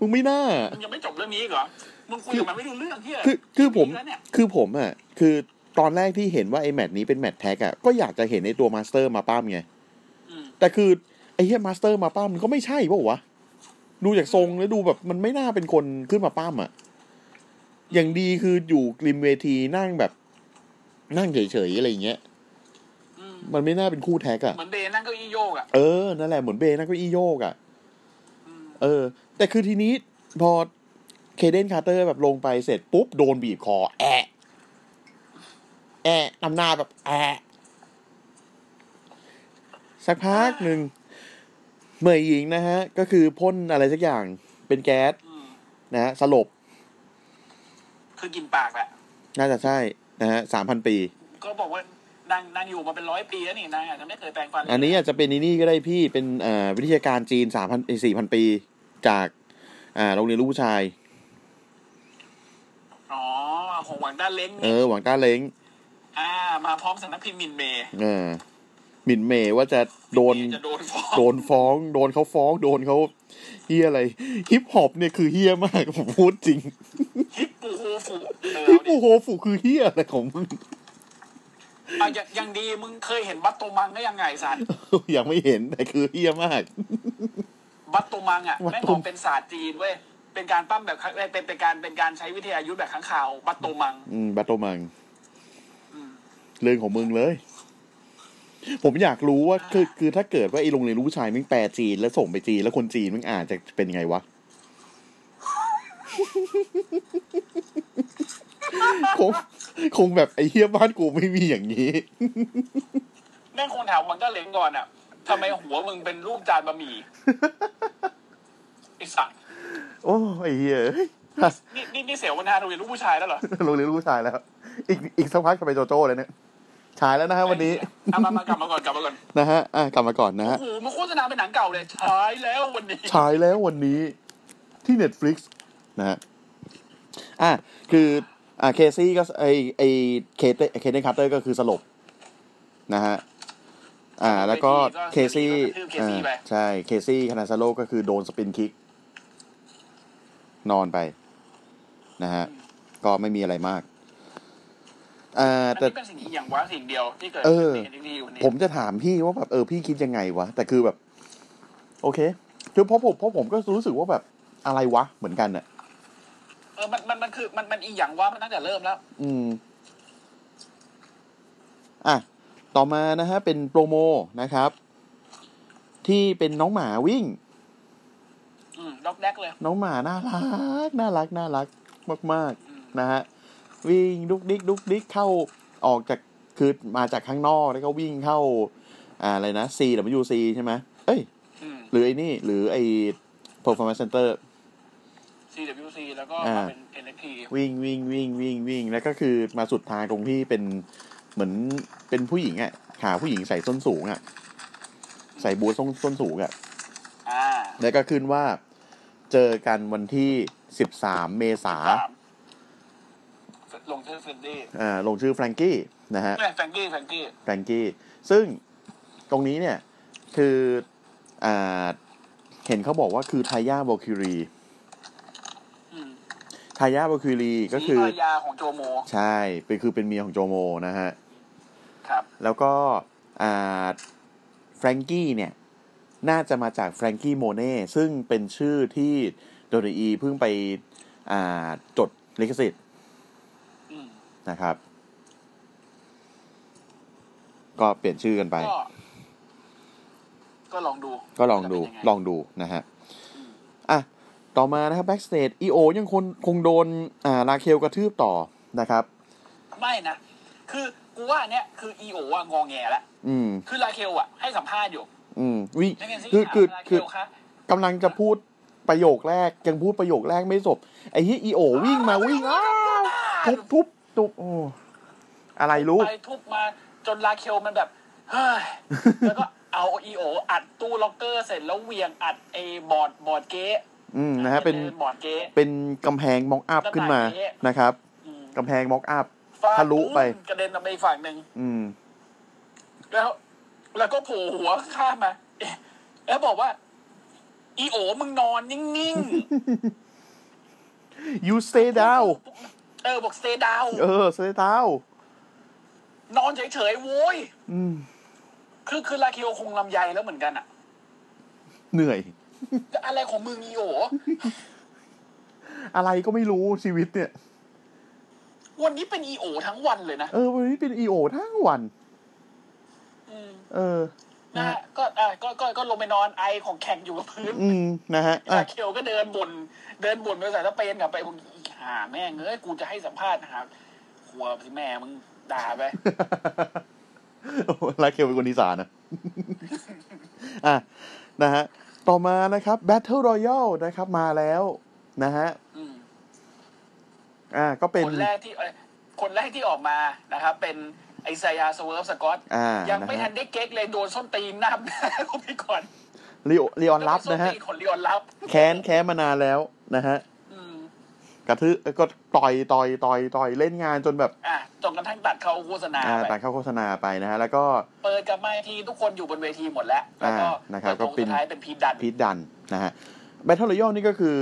S2: มึงไม่น่า
S3: มึงยังไม่จบเรื่องนี้อีกเหรอมึงคุยกับมันไม่รู้เรื่องที่
S2: คือคือผม
S3: แล้วเนี่ย
S2: คือผมอ่ะ คือตอนแรกที่เห็นว่าไอ้แมตช์นี้เป็นแมตช์แท็กอ่ะ ก็อยากจะเห็นไอ้ตัวมาสเตอร์มาป้ามไง
S3: อืม
S2: แต่คือไอ้เฮียมาสเตอร์มาป้ามมันก็ไม่ใช่เปล่าวะ ดูจากทรงแล้วดูแบบมันไม่น่าเป็นคนขึ้นมาป้ามอ่ะ อย่างดีคืออยู่ริมเวทีนั่งแบบ นั่งเฉยๆอะไรอย่างเงี้ย
S3: อืม
S2: มันไม่น่าเป็นคู่แท็กอะ
S3: เหมือนเบนั่งเก้าอี้โยกอ่ะ
S2: เออนั่นแหละเหมือนเบย์นั่นก็อีโยกอะ
S3: อืม
S2: เออ แต่คือทีนี้พอเคเดนคาร์เตอร์แบบลงไปเสร็จปุ๊บโดนบีบคอ แอะแอะนำหน้าแบบแอะสักพักหนึ่งเหมยหญิงนะฮะ ก็คือพ่นอะไรสักอย่างเป็นแก๊ส
S3: อืม
S2: นะฮะสลบ
S3: คือกินปากแหละ
S2: น่าจะใช่นะฮะสามพันปี
S3: ก็บอกว่านางนางอยู่มาเป็นร้อยปีแล้วนี่นางอาจจะไม่เคยแปลงฟันเลย
S2: อันนี้อาจจะเป็นนี่นี่ก็ได้พี่เป็นเอ่อวิทยาการจีนสามพันสี่พันปีจากอ่าโรงเรียนลูกผู้ชาย
S3: อ๋อของหวังด้านเล้ง
S2: เอ
S3: นี่
S2: อ หวังต้าเล้ง
S3: อ่า มาพร้อมสำนักพิมพ์มินเมย์
S2: เออหมิ่นเหมว่าจะโดน
S3: จะโดนฟ้อง
S2: โดนฟ้อง โดนเขาฟ้องโดนเขาเฮียอะไรฮิปฮอปเนี่ยคือเฮียมาก ผมพูดจริง
S3: ฮิปปูโฮฟูเออ
S2: ฮิป
S3: เอาดิ
S2: ปูโฮฟูคือเฮียอะไรของ มึง
S3: อ่ะยังยังดีมึงเคยเห็นบัตโตมังก็ยังไงสัตว์
S2: ยังไม่เห็นแต่คือเฮียมาก
S3: บัตโตมังอ่ะ
S2: บัตโต
S3: แม่งออกเป็นศาสตร์จีนเว้ยเป็นการปั้มแบบครั้งเป็นเป็นการเป็นการใช้วิทยายุทธแบบข้างข่าวบัตโตมัง
S2: อืมบัตโตมัง
S3: อืม
S2: เรื่องของมึงเลย ผมอยากรู้ว่าคือคือถ้าเกิดว่าไอ้โรงเรียนรู้ผู้ชายมึงแปลจีนแล้วส่งไปจีน แล้วคนจีนมึงอ่านจะเป็นยังไงวะ คงคงแบบไอ้เฮียบ้านกูไม่มีอย่างนี้
S3: แม่งคงถามหวังด้านเล้งก่อนอ่ะทำไมหัวมึงเป็นรูปจานบะหมี่ไอสัตว์
S2: โอ้ไอ้เฮีย
S3: นี่นี่นี่เสียวนาโรงเรียนลูกผู้ชายแล้วเหรอ
S2: โรงเรียนรู้ผู้ชายแล้ว อีกอีกสักพักจะไปโจโจ้เลยเนี่ยฉายแล้วนะฮะวันนี้
S3: เอามามากลับมาก่อนกลับมาก่อน
S2: นะฮะอ่ะกลับมาก่อนนะ
S3: โอ้
S2: ฮะ
S3: โหมาโฆษณาเป็นหนังเก่าเลยฉายแล้ววันนี้
S2: ฉายแล้ววันนี้ที่ Netflix นะฮะอ่ะคือ อ่ะเคซี่ก็ไอไอเคเตเคเดนคาร์เตอร์ก็คือสลบนะฮะ อ่า แล้วก็เคซี่อ่าใช่เคซี่คานาซาโลก็คือโดนสปินคิก นอนไป นะฮะ ก็ไม่มีอะไรมาก อ่า
S3: อัน
S2: แต่
S3: นี้เป็นสิ่งที่อย่างว้าสิ่งเดียวที่เกิด
S2: เออ
S3: ในที่อยู่นี้
S2: ผมจะถามพี่ว่าแบบเออพี่คิดยังไงวะ แต่คือแบบ โอเคคือเพราะผมเพราะผมก็รู้สึกว่าแบบอะไรวะ เหมือนกันอะ
S3: เออมันมันมันคือมันมันอีอย่างว้ามันตั้งแต่เริ่มแล้ว
S2: อืม อ่ะ ต่อมานะฮะ เป็นโปรโมนะครับ ที่เป็นน้องหมาวิ่ง
S3: อืมล็อกแรกเลย
S2: น้องหมาน่ารัก น่ารัก น่ารักมาก
S3: อืม
S2: ๆนะฮะ วิ่งดุกดิกดุกดิกเข้าออกจากคือมาจากข้างนอกแล้วก็วิ่งเข้า อ่าอะไรนะ CWC ใช่ไหมเอ้ย
S3: อืม
S2: หรือไอ้นี่ หรือไอ้ performance center
S3: CWC แล้วก็
S2: อ่า
S3: มาเป็น NXT
S2: วิ่งวิ่งวิ่งวิ่งวิ่งแล้วก็คือมาสุดทางตรงที่เป็นเหมือนเป็นผู้หญิงอะ่ะขาผู้หญิงใส่ส้นสูงอะ่ะ ใส่บูทส้นส้นสูงอะ่ะ
S3: อ่า
S2: แล้วก็ขึ้นว่าเจอกันวันที่สิบสามเมษา
S3: สามลงชื่อเฟนดี้
S2: อ่าลงชื่อแฟรงกี้นะฮะ
S3: เนี่ยแฟงกี้แฟงกี้
S2: แฟรงกี้ ซึ่งตรงนี้เนี่ย คืออ่าเห็นเขาบอกว่าคือทายาโบคิรี
S3: อืม
S2: ทายาโบคิรีก็คือ
S3: ภรรยาของโจโม
S2: ใช่เป็นคือเป็นเมียของโจโมนะฮะ
S3: ครับ
S2: แล้วก็อ่าแฟรงกี้เนี่ย น่าจะมาจากแฟรงกี้โมเน่ซึ่งเป็นชื่อที่โดเรอีเพิ่งไปอ่าจดลิขสิทธิ์
S3: อืม
S2: นะครับ ก็เปลี่ยนชื่อกันไป
S3: ก็ ก็ลองดู
S2: ก็ลองดู
S3: จะเป็นยัไ
S2: ลองดูนะฮะ อ่ะ ต่อมานะครับแบ็กสเตจอีโอยังคงคงโดนอ่าราเคลกระทืบต่อนะครับ
S3: ไม่นะ คือกูว่าเนี่ยคืออีโอะงอแงแล้ว
S2: อืม
S3: คือลาเคลอะให้สัมภาษณ์อยู่
S2: อืมวิ
S3: นั่นไงสิ
S2: คือคือ
S3: ถามลาเค
S2: คือ
S3: ลคะ
S2: กำลังจะพูดประโยคแรก ยังพูดประโยคแรกไม่จบไอ้เฮียอีโอวิ่งมาวิ่งอ้าวทุบทุบทุบโอ้อะไรลูก
S3: ไปทุบมาจนลาเคลมันแบบ เฮ้ ย แล้วก็เอาอีโออัดตู้ล็อกเกอร์เสร็จแล้วเหวียงอัดไอ้บอร์ดบอร์ดเก๊
S2: อืมนะฮะเป็น
S3: บอร์ดเก๊
S2: เป็นกำแพงมองอัพขึ้นมานะครับ
S3: อืม
S2: กำแพงมองอัพ
S3: ฟาด
S2: ทะลุไป
S3: ปึ้งกระเด็นออกไปอีกฝั่งหนึ่ง
S2: อืม
S3: แล้ว แล้วก็โผล่หัวข้ามมาเอ๊ะแล้วบอกว่า อีโอมึงนอนนิ่ง
S2: you stay down
S3: ๆ เออบอกเซดาว
S2: เออ stay down
S3: นอนเฉยๆโว้ย
S2: อืม
S3: คือคือลาเคลคงลำไยแล้วเหมือนกันอะ
S2: เหนื่อย
S3: อะไรของมึงอีโอ
S2: อะไรก็ไม่รู้ชีวิตเนี่ย
S3: วันนี้เป็นอีโอทั้งวันเลยนะ
S2: เออ วันนี้เป็นอีโอทั้งวัน
S3: อืม
S2: เออนะ
S3: น่า
S2: ฮะ
S3: ก็อ่ะก็ก็ก็ลงไปนอนไอของแข็งอยู่กับพื้น
S2: อืมนะฮะอ่ะ
S3: อาเคียวก็เดินบ่นเดินบ่นไปภาษาสเปนกลับไปผมอีหาแม่งเอ้ยกูจะให้สัมภาษณ์นะครับหัวสิแม่มึงด่าไป
S2: โอ้โหลาเคลเป็นคนอีสานนะ อ่ะนะฮะต่อมานะครับ Battle Royale นะครับมาแล้วนะฮะ
S3: อืม
S2: อ่ะก็เป็น
S3: คนแรกที่เอ้ยคนแรกที่ออกมานะครับ เป็นไอไซยาสเวิร์ฟสกอต
S2: อ่ายั
S3: ยังไม่
S2: นะฮะ
S3: ทันได้เก๊กเลยโดนส้นตีนหน้า หน้าเขาไปก่อน
S2: ลีโอลีออนลับ
S3: แล้ว
S2: นะ
S3: เป็ส้
S2: ฮะ
S3: ตีของลีออนลับ
S2: แค้นแค้นมานานแล้วนะฮะ
S3: อืม
S2: กระทืบเอ้ยก็ต่อยต่อยต่อยต่อยเล่นงานจนแบบ
S3: อ่ะจนกระทั่งตัดเขาโฆษณา
S2: อ่า
S3: ไป
S2: ตัดเข้าโฆษณาไปนะฮะ แล้วก็
S3: เปิดกลับมาอีกทีทุกคนอยู่บนเวทีหมดแล้ว แล้วก็
S2: อ่านะครับ
S3: เปิดวง
S2: ก็เป็น
S3: สุดท้ายเป็นพีทดัน
S2: พีทดันนะฮะ Battle Royale นี่ก็คือ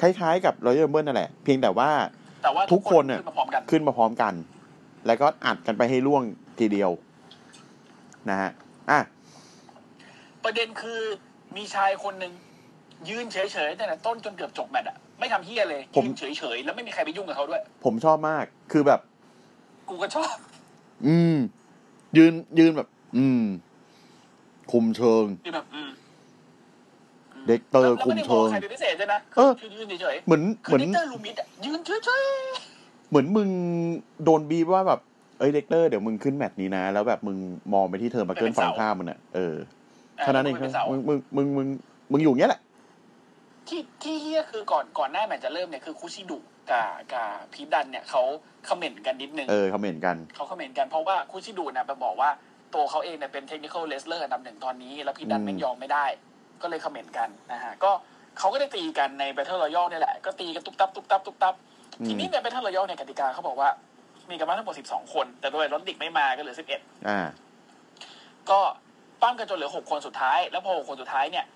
S2: คล้ายๆ กับ Royal Rumble นั่นแหละ เพียงแต่ว่า
S3: แต่ว่า
S2: ทุกคนน่ะ
S3: ขึ้นมาพร้อมกัน
S2: ขึ้นมาพร้อมกัน แล้วก็อัดกันไปให้ล่วงทีเดียว นะฮะ อ่ะ
S3: ประเด็นคือมีชายคนหนึ่งยืนเฉยๆตั้งแต่ต้นจนเกือบจบแมตช์อ่ะไม่ทำเฮียเลย
S2: ผม
S3: ยืนเฉยๆแล้วไม่มีใครไปยุ่งกับเขาด้วย
S2: ผมชอบมาก คือแบบ
S3: กูก็ชอบ
S2: อืม ยืนยืนแบบ อืม คุมเชิง
S3: ที่แบบอืม
S2: เด็กเตอร์
S3: แล้ว
S2: คุ
S3: ไม่
S2: ม
S3: ได้มอ
S2: เชิ
S3: ง
S2: ง
S3: ใครเป็นพิเศษด้วยนะ
S2: เออ
S3: คือยืนเฉยๆ
S2: เหมือน
S3: คื
S2: เหมื
S3: อ
S2: อน
S3: นิเตอร์ลูมิดอะยืนเฉย
S2: เหมือนมึงโดนบีบว่าแบบ เอ้ยเด็กเตอร์เดี๋ยวมึงขึ้นแมตช์นี้นะ แล้วแบบมึงมองไปที่เธอมาเกินฝั่งข้ามมันอ่ะเออ
S3: ๆ
S2: เท่านั้นเอง
S3: ป็สา
S2: มึงมึงมึงมึงมึงอยู่อย่างเงี้ยแหละ
S3: ที่ที่เฮียคือก่อนก่อนหน้าแมตช์จะเริ่มเนี่ยคือคุชิดุกับกับพีทดันเนี่ยเขาคอมเมนต์กันนิดนึง
S2: เออคอมเมนต์กัน
S3: เขาคอมเมนต์กันเพราะว่าคุชิดุนะไปบอกว่าตัวเขาเองเนี่ยเป็นเทคนิคอลเลสเลอร์อันดับหนึ่งตอนนี้ แล้วพีทดัน
S2: อืม
S3: ไม่ยอมไม่ได้ ก็เลยคอมเมนต์กันนะฮะก็เขาก็ได้ตีกันในแบทเทิลรอยัลนี่ยแหละก็ตีกันตุ๊บตับตุ๊บตับตุ๊บตับ
S2: อื
S3: ที
S2: ม
S3: นี้ในแบทเทิลรอยัลเนี่ยกติกาเขาบอกว่ามีกันมาทั้งหมดสิบสองคน แต่โดยลอนดิกไม่มาก็เหลือสิบเอ็ด
S2: อ่า
S3: ก็ปั้มกันจนเหลือหกคนสุดท้าย แล้วพอหกคนสุดท้ายเนี่ย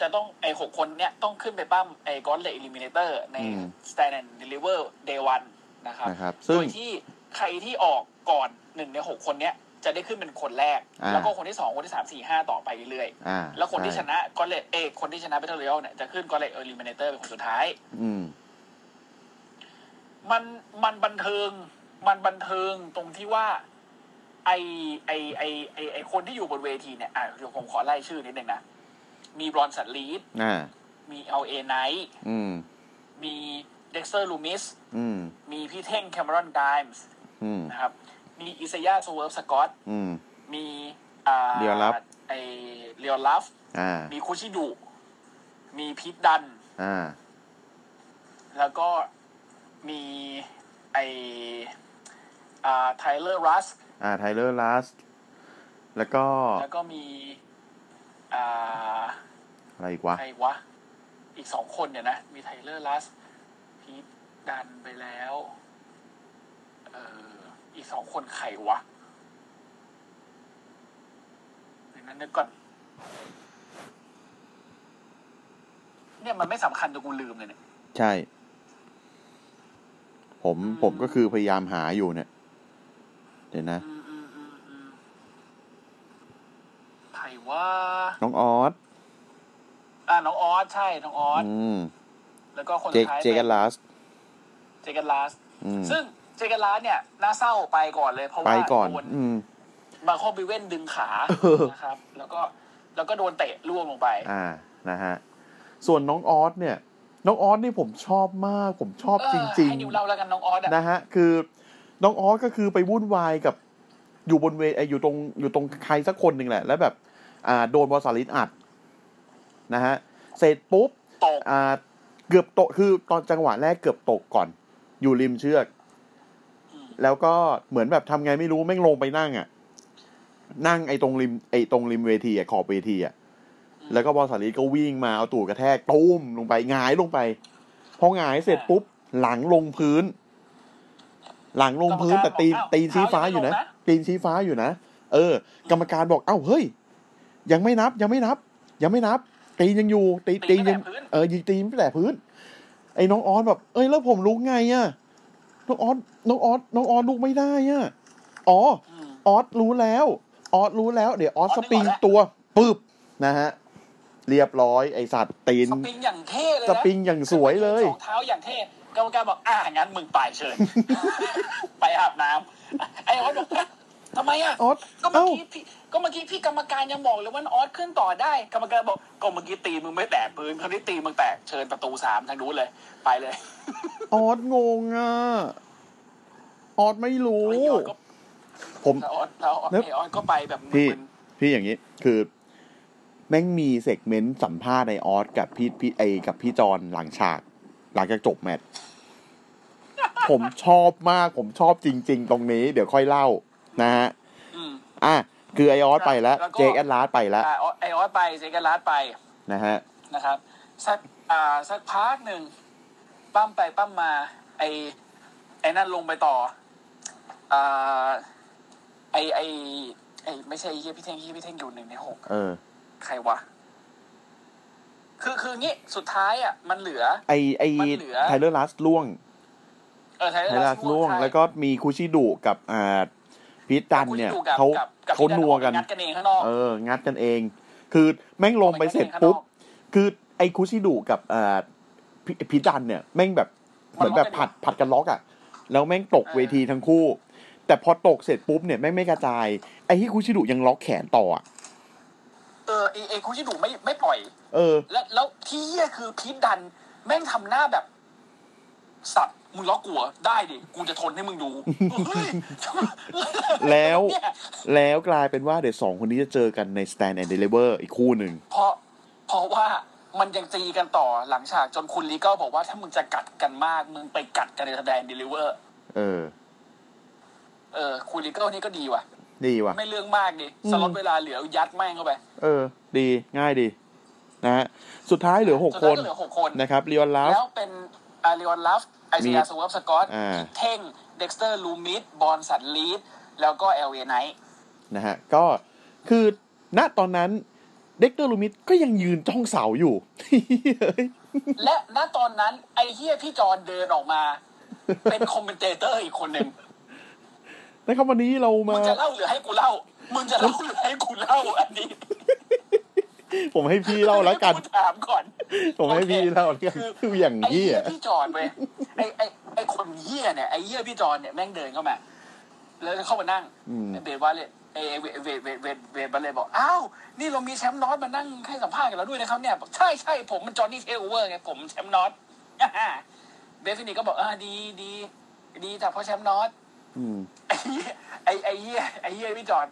S3: จะต้องไอหกคนเนี่ยต้องขึ้นไปปั้มไอก้อนเลอิลิมิเนเตอร์ใน
S2: อืม
S3: Stand and Deliver Day One นะครับ
S2: นะครับ
S3: โด
S2: ซึ่ง
S3: ยที่ใครที่ออกก่อนหนึ่งในหกคนเนี่ยจะได้ขึ้นเป็นคนแรก
S2: อ่า
S3: แล้วก็คนที่สองคนที่สามสี่ห้าต่อไปเรื่อย
S2: อ่า
S3: ๆ แล้วคนที่ช
S2: ใช่
S3: นะก้อนเลเอยคนที่ชนะเบทเทิลรอยัลเนี่ยจะขึ้นก้อนเลอิลิมิเนเตอร์เป็นคนสุดท้าย
S2: อืม
S3: มันมันบันเทิงมันบันเทิงตรงที่ว่า ไอไอไอไอไอคนที่อยู่บนเวทีเนี่ยอ่ะเดี๋ยวผมขอไล่ชื่อนิดนึงนะ มีบรอนสันลีด
S2: อ่า
S3: มีเอลเอไนท์
S2: อืม
S3: มีเด็กเซอร์ลูมิส
S2: อืม
S3: มีพี่เท่งแคมรอนไดมส์
S2: อืม
S3: นะครับ มีอิสยาสเวิร์ฟสกอต
S2: อืม
S3: มีอ่า
S2: เรียวลัฟ
S3: ไอเรียวลัฟ
S2: อ่า
S3: มีคุชิดุ มีพีทดัน
S2: อ่า
S3: แล้วก็มีไออ่าไทเลอร์รัส
S2: อ่าไทเลอร์ลัสแล้วก็
S3: แล้วก็มี อ่า
S2: อะไรอีกวะ
S3: ใครวะ อีกสองคนเนี่ยนะ มีไทเลอร์ลัส พีทดันไปแล้ว เอออีกสองคนใครวะเดี๋ยวนั้นนึกก่อน เนี่ยมันไม่สำคัญจนกูลืมเลยเนี่ย
S2: ใช่ ผม
S3: อืม
S2: ผมก็คือพยายามหาอยู่เนี่ย เดี๋ยวนะ
S3: อืมอืมอืมอืมใครวะ
S2: น้องออส
S3: อ่าน้องออสใช่ น้องออส
S2: อืม
S3: แล้วก็คน
S2: เจ
S3: สุ
S2: ค
S3: ดท้าย
S2: เจค
S3: เป็
S2: กันลัส
S3: เจกันลาส
S2: อืม
S3: ซึ่งเจกันร้านเนี่ยน่าเศร้าไปก่อนเลยเพราะ
S2: ไป
S3: ว่า
S2: ก่อน
S3: โดน
S2: อืม
S3: มาข้อบิเว่นดึงขา
S2: เออ
S3: นะครับ แล้วก็แล้วก็โดนเตะล่วงลงไป
S2: อ่า นะฮะ ส่วนน้องออสเนี่ย น้องออสนี่ผมชอบมาก ผมชอบ
S3: เออ
S2: จริง
S3: ให้นิวเล่าแล้วกันน้องออส
S2: ๆ
S3: อะ
S2: นะฮะ คือ น้องออสก็คือไปวุ่นวายกับ อยู่บนเวเอ่ออยู่ตรง อยู่ตรงใครสักคนหนึ่งแหละ แล้วแบบ อ่า โดนบอลสาลิดอัด นะฮะ เสร็จปุ๊บ
S3: ตก
S2: อ่า เกือบตก คือตอนจังหวะแรกเกือบตกก่อน อยู่ริมเชือก แล้วก็เหมือนแบบทำไงไม่รู้แม่งลงไปนั่งอะ่ะ นั่งไอ้ตรงริมไอ้ตรงริมเวทีอะ่ะขอบเวทีอะ่ะแล้วก็บอลสาลีก็วิ่งมาเอาตู่กระแทกตูมลงไปหงายลงไปพอหงายเสร็จปุ๊บ หลังลงพื้น หลังลงพื้นแต่ตีนตีนชี้ฟ้าอยู่นะตีนชี้ฟ้าอยู่นะเออ กรรมการบอกเอ้าเฮ้ย ยังไม่นับ ยังไม่นับ ยังไม่นับ ตีนยังอยู่ ตีตี
S3: ตี
S2: น
S3: แบ
S2: ยัง
S3: บพื้น
S2: เออยิงตีนไปแต่พื้น ไอ้น้องออสแบบ เอ้ยแล้วผมลุกไงอะน้องออสน้องออสน้องออสลุกไม่ได้อะอ๋อ
S3: อืม
S2: ออสรู้แล้วออสรู้แล้วเดี๋ยวออส
S3: ออส
S2: สปริง
S3: นึกออกแล้ว
S2: ตัวปึ๊บนะฮะ เรียบร้อยไอสัตว์ตีน
S3: สปริงอย่างเท่เลย
S2: ส
S3: นะ
S2: ปริงอย่างสวยเลย
S3: สองเท้าอย่างเท่ กรรมการบอกอ่างั้นมึงไปเชิญ ไปอาบน้ำไอ้ออสบอก ทำไมอ่ะ
S2: ออส
S3: ก็เมื่อ
S2: เอ้า
S3: กี้พี่ก็เมื่อกี้พี่กรรมการยังบอกเลยว่าออสขึ้นต่อได้ กรรมการบอกก็เมื่อกี้ตีมึงไม่แตกปืนคราวนี้ตีมึงแตกเชิญประตูสามทางนู้นเลย ไปเลย
S2: ออสงงอ่ะออสไม่รู้
S3: แล้วไอ้ออสก็
S2: ผม
S3: แล้วออสแล้วไอ้ออสก็ไปแบบมึ
S2: พี่
S3: น
S2: พี่อย่างนี้คือ แม่งมีเซกเมนต์สัมภาษณ์ในออสกับพี่พี่ไอกับพี่จอนหลังฉาก หลังจากจบแมตช์ผมชอบมาก ผมชอบจริง ๆ ตรงนี้ เดี๋ยวค่อยเล่า นะฮะ
S3: ๆอืม
S2: อ่ะ คือไอออสไปแล้ว
S3: แล้วก็
S2: เจคแอดลาสไปแล้ว
S3: อ่ะออสไอ้ออสไปเซกันลัสไป
S2: นะฮะ
S3: นะครับสักอ่าสักพักหนึ่งปั้มไปปั้มมา ไอไอนั่นลงไปต่ออ่าไอไอไอไม่ใช่ไอ้เหี้ยพี่เท่งเหี้ยพี่เท่งอยู่หนึ่งในหก
S2: เออ
S3: ใครวะคือคืองี้สุดท้ายอ่ะ มันเหลือ
S2: ไอไอ
S3: มันเหลือ
S2: ไทเลอร์ลัสล่วง
S3: เออไทย
S2: ไทเลอร์
S3: รั
S2: ลั
S3: ฐ
S2: สล่วง
S3: ใช่
S2: แล้วก็มีคูชิดุกับอ่าพีทดันเนี่ย
S3: คุณที่อกับ
S2: เขา
S3: กับกับ
S2: เขา
S3: ที่
S2: นัวกัน
S3: ออไปงัดกันเองข้างนอก
S2: เออ งัดกันเอง คือแม่งลงไปเสร็จปุ๊บ คือไอ้คุชิดุกับเอ่อพิพิจันเนี่ยแม่งแบบเหมือนแบบผัดผัดกันล็อกอะ่ะ แล้วแม่งตกเวทีทั้งคู่ แต่พอตกเสร็จปุ๊บเนี่ยแม่งไม่กระจายไอ้ที่คุชิดุยังล็อกแขนต่ออะ
S3: เออไอไอคุชิดุไม่ไม่ปล่อย
S2: เออ
S3: แล้วแล้วที่เยี่ยคือพีทดัน แม่งทำหน้าแบบ สัตว์มึงล้อกลัวได้ดิ กูจะทนให้มึงดู เฮ้ย
S2: แล้ว
S3: เนี่ย
S2: แล้วกลายเป็นว่าเดี๋ยวสองคนนี้จะเจอกันใน Stand and Deliver อีกคู่หนึ่ง
S3: เพราะเพราะว่ามันยังตีกันต่อหลังฉากจนคุณลีก็บอกว่าถ้ามึงจะกัดกันมาก มึงไปกัดกันในแสดงเดลิเวอร์
S2: เออ
S3: เออคุณลีก็นี่ก็ดีว่ะ
S2: ดีว่ะ
S3: ไม่เรื่องมากดิสล็อตเวลาเหลือยัดแม่งเข้าไป
S2: เออ ดีง่ายดี นะฮะ สุดท้ายเหลือหก
S3: จ
S2: คน
S3: นเหลือหกคน
S2: นะครับเรียนลาฟ
S3: แล้วเป็นอาริออนลัฟไอซีอา
S2: มี
S3: สวอปสกอต
S2: อ่า
S3: เท่งเด็กสเตอร์ลูมิดบอลสันลีดแล้วก็เอลเอไนท์
S2: นะฮะ ก็คือณตอนนั้นเด็กเตอร์ลูมิดก็ยังยืนจ้องเสาอยู่
S3: และณตอนนั้น ไอ้เฮียพี่จอนเดินออกมา เป็นคอมเมนเตเตอร์อีกคนหนึ่ง
S2: นะครับวันนี้เรา
S3: มึ
S2: มา
S3: งจะเล่าหรือให้กูเล่า มึงจะเล่าหรือให้กูเล่าอันนี้
S2: ผมให้พี่เล่าแล้วกัน
S3: ถามก่อน
S2: ผมให้พี่เล่าแล้วกันคืออย่างนี้
S3: ไอ้เฮีย
S2: อ่ะ
S3: พี่จอนเว้ยไอ้ไอ้ไอ้คนเฮียเนี่ยไอ้เฮียพี่จอนเนี่ยแม่งเดินเข้ามา แล้วเข้ามานั่ง
S2: อืม
S3: เบรว่าเลยเอยเวเวเวเวเวบันเลยบอกอ้าวนี่เรามีแชมป์น็อตมานั่งให้สัมภาษณ์กับเราด้วยนะครับเนี่ยบอกใช่ใช่ผมมันจอห์นนี่เทลเวอร์ไงผมแชมป์น็อต เบฟฟินิกก็บอกอ่าดีดีดีแต่เพราะแชมป์น็อต
S2: อืม
S3: ไอ้เหี้ยไอ้ไอ้เหี้ยไอ้เหี้ยพี่จอน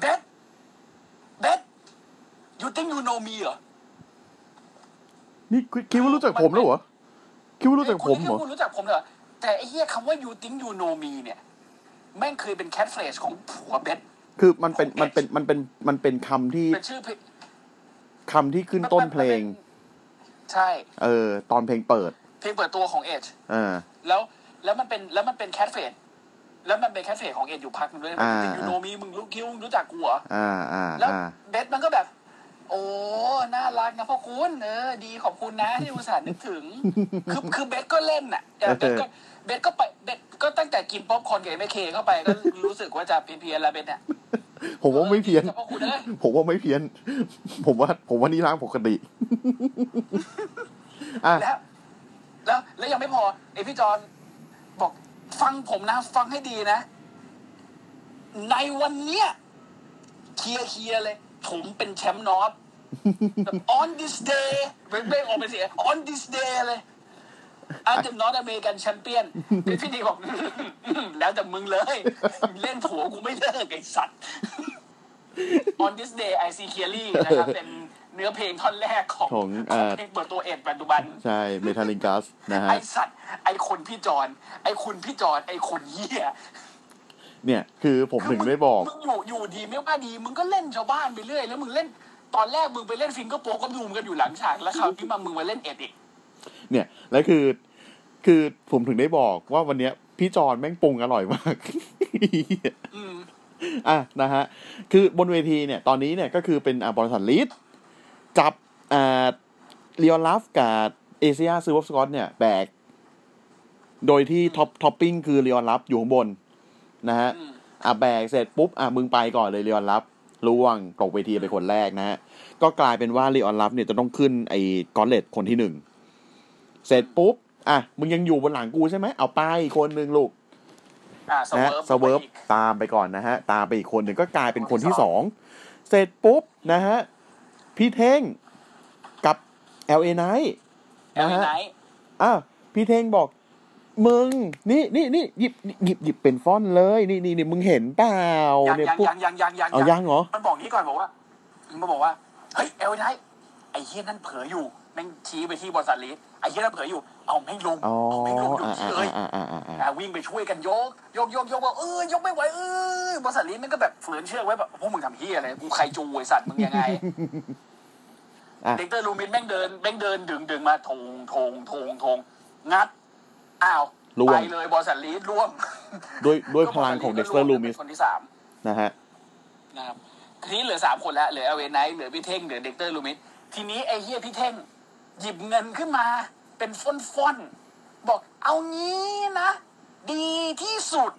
S3: เบสเบส you think you know me เหรอ
S2: นี่คิดคิดว่ารู้จักผมแล้วเหรอคิดว่ารู้จักผมเหรอ
S3: คุณรู้จักผมเหรอ แต่ไอ้เหี้ยคำว่า you think you know me เนี่ย แม่งเคยเป็นแคทเฟรชของผัวเบส
S2: คือมันเป็นมันเป็นมันเป็นมันเป็นคำที่
S3: เป็นชื่อเพลง
S2: คำที่ขึ้นต้นเพลง
S3: ใช่
S2: เออ ตอนเพลงเปิด
S3: เพลงเปิดตัวของเอช
S2: อ่า
S3: แล้วแล้วมันเป็นแล้วมันเป็นแคทเฟรชแล้วมันเป็นแคทเฟรชของเอชอยู่พักนึงด้วย
S2: อ่า
S3: you think you know me มึงรู้คิวมึงรู้จักกูเหรอ
S2: อ่าอ่า
S3: แล้ว
S2: อ่า
S3: เบสมันก็แบบ โอ้ น่ารักนะพ่อคุณเออ ดีขอบคุณนะที่อุตส่าห์นึกถึง คือคือเบสก็เล่นน่ะแต่เบสก็เบสก็ไปเบสก็ตั้งแต่กินป๊อปคอร์นกับเอเคเข้าไปก็รู้สึกว่าจะเพี้ยนๆแล้วเบสเนี่ย
S2: ผมว่าไม่เพี้ยน
S3: แต่พ่อคุณเอ้ย
S2: ผมว่าไม่เพี้ยน ผมว่า ผมว่านี่ร่างปกติ อ่ะ
S3: แล้วแล้วแล้วยังไม่พอไอพี่จอนบอกฟังผมนะ ฟังให้ดีนะ ในวันเนี้ยเคลียร์เคลียร์เลย ผมเป็นแชมป์นอต แบบ on this day เบ้งเบ้งออกไปเสีย on this day เลย I am not American champion พี่พี่ดีบอก แล้วแต่มึงเลย เล่นผัวกูไม่เลิกไอ้สัตว์ on this day I see clearly นะครับ เป็นเนื้อเพลงท่อนแรกของ
S2: ของ
S3: ข
S2: เอ่
S3: อง
S2: อ
S3: เพลงเปิดตัวเอ็ดปัจจุบัน
S2: ใช่เมทัลลิงกัสนะฮะ
S3: ไอสัตว์ ไอคนพี่จอนไอคุณพี่จอนไอคนเหี้ย
S2: เนี่ย คือผมถึงได้บอก
S3: มึงอยู่อยู่ดีไม่ว่าดี มึงก็เล่นชาวบ้านไปเรื่อย แล้วมึงเล่นตอนแรกมึงไปเล่นฟิงเกอร์โป๊กก็ดูมกันอยู่หลังฉากแล้วคราวนี้มามึงมาเล่นเอ็ดอีก
S2: เนี่ยแล้วคือ คือผมถึงได้บอกว่าวันเนี้ย พี่จอนแม่งปรุงอร่อยมาก
S3: อืม
S2: อ่ะนะฮะ คือบนเวทีเนี่ย ตอนนี้เนี่ยก็คือเป็นอ่าบริษัทลีดจับอ่าเรียลลัฟกับเอเชียซื้อวอฟสกอตเนี่ยแบก โดยที่ท็อปท็อปปิ้งคือเรียลลัฟอยู่ข้างบน นะฮะ
S3: อืม
S2: อ่ะแบกเสร็จปุ๊บ อ่ะมึงไปก่อนเลยเรียลลัฟล่วงตกเวทีไปคนแรกนะฮะ ก็กลายเป็นว่าเรียลลัฟเนี่ยจะต้องขึ้นไอ้กอนเลตคนที่หนึ่ง เสร็จปุ๊บ อ่ะ มึงยังอยู่บนหลังกูใช่ไหม เอาไปคนหนึ่งลูก
S3: อ่าส
S2: นะฮะ
S3: เวิร์ฟ
S2: สเวิร์ฟ
S3: อีก
S2: ตามไปก่อนนะฮะ ตามไปอีกคนหนึ่งก็กลายเป็นคนที่สองเสร็จปุ๊บนะฮะ พี่เท่งกับ LA Knight
S3: แอล
S2: นะฮะ
S3: ไนท์
S2: อ่ะพี่เท่งบอก มึง นี่นี่นี่หยิบหยิบหยิบเป็นฟอนต์เลยนี่นี่นี่มึงเห็นเปล่า
S3: ยัง
S2: เนี่ย
S3: ยัง
S2: พวก
S3: ยังยังยังยัง
S2: เอายังเหรอ
S3: มันบอกงี้ก่อนบอกว่าอิงมาบอกว่า เฮ้ยเอลไนท์ไอ้เฮียนั่นเผลออยู่แม่งชี้ไปที่บริษัทลีดไอ้เฮียนั่นเผลออยู่ เอาไม่ลง
S2: อ๋อ
S3: เอาไม่ลงหยุด
S2: อ่า
S3: เล
S2: อ่าย อ่าอ่าอ่าอ่า
S3: อ่ะวิ่งไปช่วยกันยก ยกยกยกว่าเอ้ยยกไม่ไหวเอ้ยบริษัทลีดมันก็แบบฝืนเชือกไว้แบบพวกมึงทำเฮียอะไรกูใครจูไอ้สัตว์มึงยังไง
S2: อ่ะ
S3: เด็กเตอร์ลูมินแม่งเดินแม่งเดินดึงดึงมาทงทงทงทงงัดอ้าว
S2: ร่วง
S3: ไปเลยบริษัทลีดร่วง
S2: ด้วยด้วยพลังของเด็กเตอร์ลูมิส
S3: เป็นคนที่สาม
S2: นะฮะ
S3: นะครับทีนี้เหลือสามคนแล้วเหลือเอเวนไนท์เหลือพี่เท่งเหลือเด็กเตอร์ลูมิสทีนี้ไอ้เฮียพี่เท่ง หยิบเงินขึ้นมา เป็นฟ่อนๆ บอกเอางี้นะ ดีที่สุด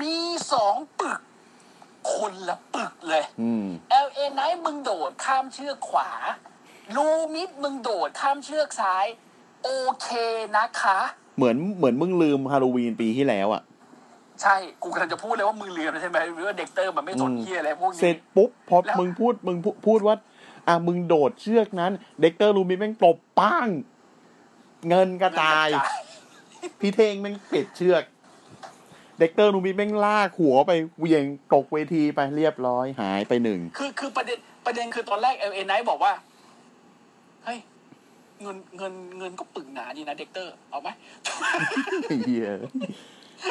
S3: มีสองปึก คนละปึกเลย
S2: อืม
S3: เอลเอไนท์มึงโดดข้ามเชือกขวา ลูมิดมึงโดดข้ามเชือกซ้าย โอเคนะคะ
S2: เหมือนเหมือนมึงลืมฮาโลวีนปีที่แล้วอ่ะ
S3: ใช่ กูกำลังจะพูดเลยว่ามือเรือใช่ไหมหรือว่าเด็กเตอร์มันไม่สนเฮียอะไรพวกนี้
S2: เสร็จปุ๊บพอ
S3: แล้ว
S2: มึงพูดมึงพูดพูดว่า อ่ะมึงโดดเชือกนั้น เด็กเตอร์ลูมิสแม่งตบป้าง เงินกระจาย
S3: เงินกระจ
S2: พี่เทงแม่งปิดเชือก เด็กเตอร์ลูมิสแม่งลากหัวไปเหวียงตกเวทีไปเรียบร้อยหายไปหนึ่ง
S3: คือคือประเด็นประเด็นคือตอนแรกเอลเอไนท์บอกว่า เฮ้ย เงินเงินเงินก็ปึกหนาดีนะเด็กเตอร์ เอา ไหม
S2: ไอ้เหี้ย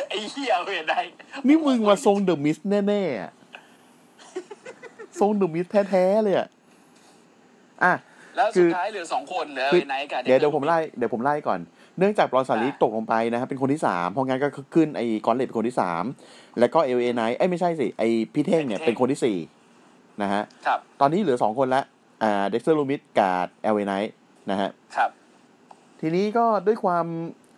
S3: ไอ้เหี้ยเอลเอไนท์
S2: นี่มึงมาทรงเดอะมิสแน่ๆอะทรงเดอะมิสแท้ๆเลยอ่ะอ่ะ
S3: แล้ว
S2: คื
S3: สุด
S2: อ
S3: ท้ายเหลือสองคนเหลือเอ
S2: คือ
S3: ลเอไนท์กับ
S2: เดี๋ยว
S3: Dexter
S2: เดี๋ยวผมไล่เดี๋ยวผมไล่ก่อน เนื่องจากบรอนสาลี
S3: อ่า
S2: ตกลงไปนะครับ เป็นคนที่สามเพราะงั้นก็ขึ้นไอ้กอนเลตเป็นคนที่สามแล้วก็เอลเอไนท์เอ้ยไม่ใช่สิ ไอ้พี่เท่งเนี่ยเป็นคนที่สี่นะฮะ
S3: ครับ
S2: ตอนนี้เหลือสองคนละอ่าเด็กเซอร์ลูมิดกับเอลเอไนท์นะฮะ
S3: ครับ
S2: ทีนี้ก็ด้วยความ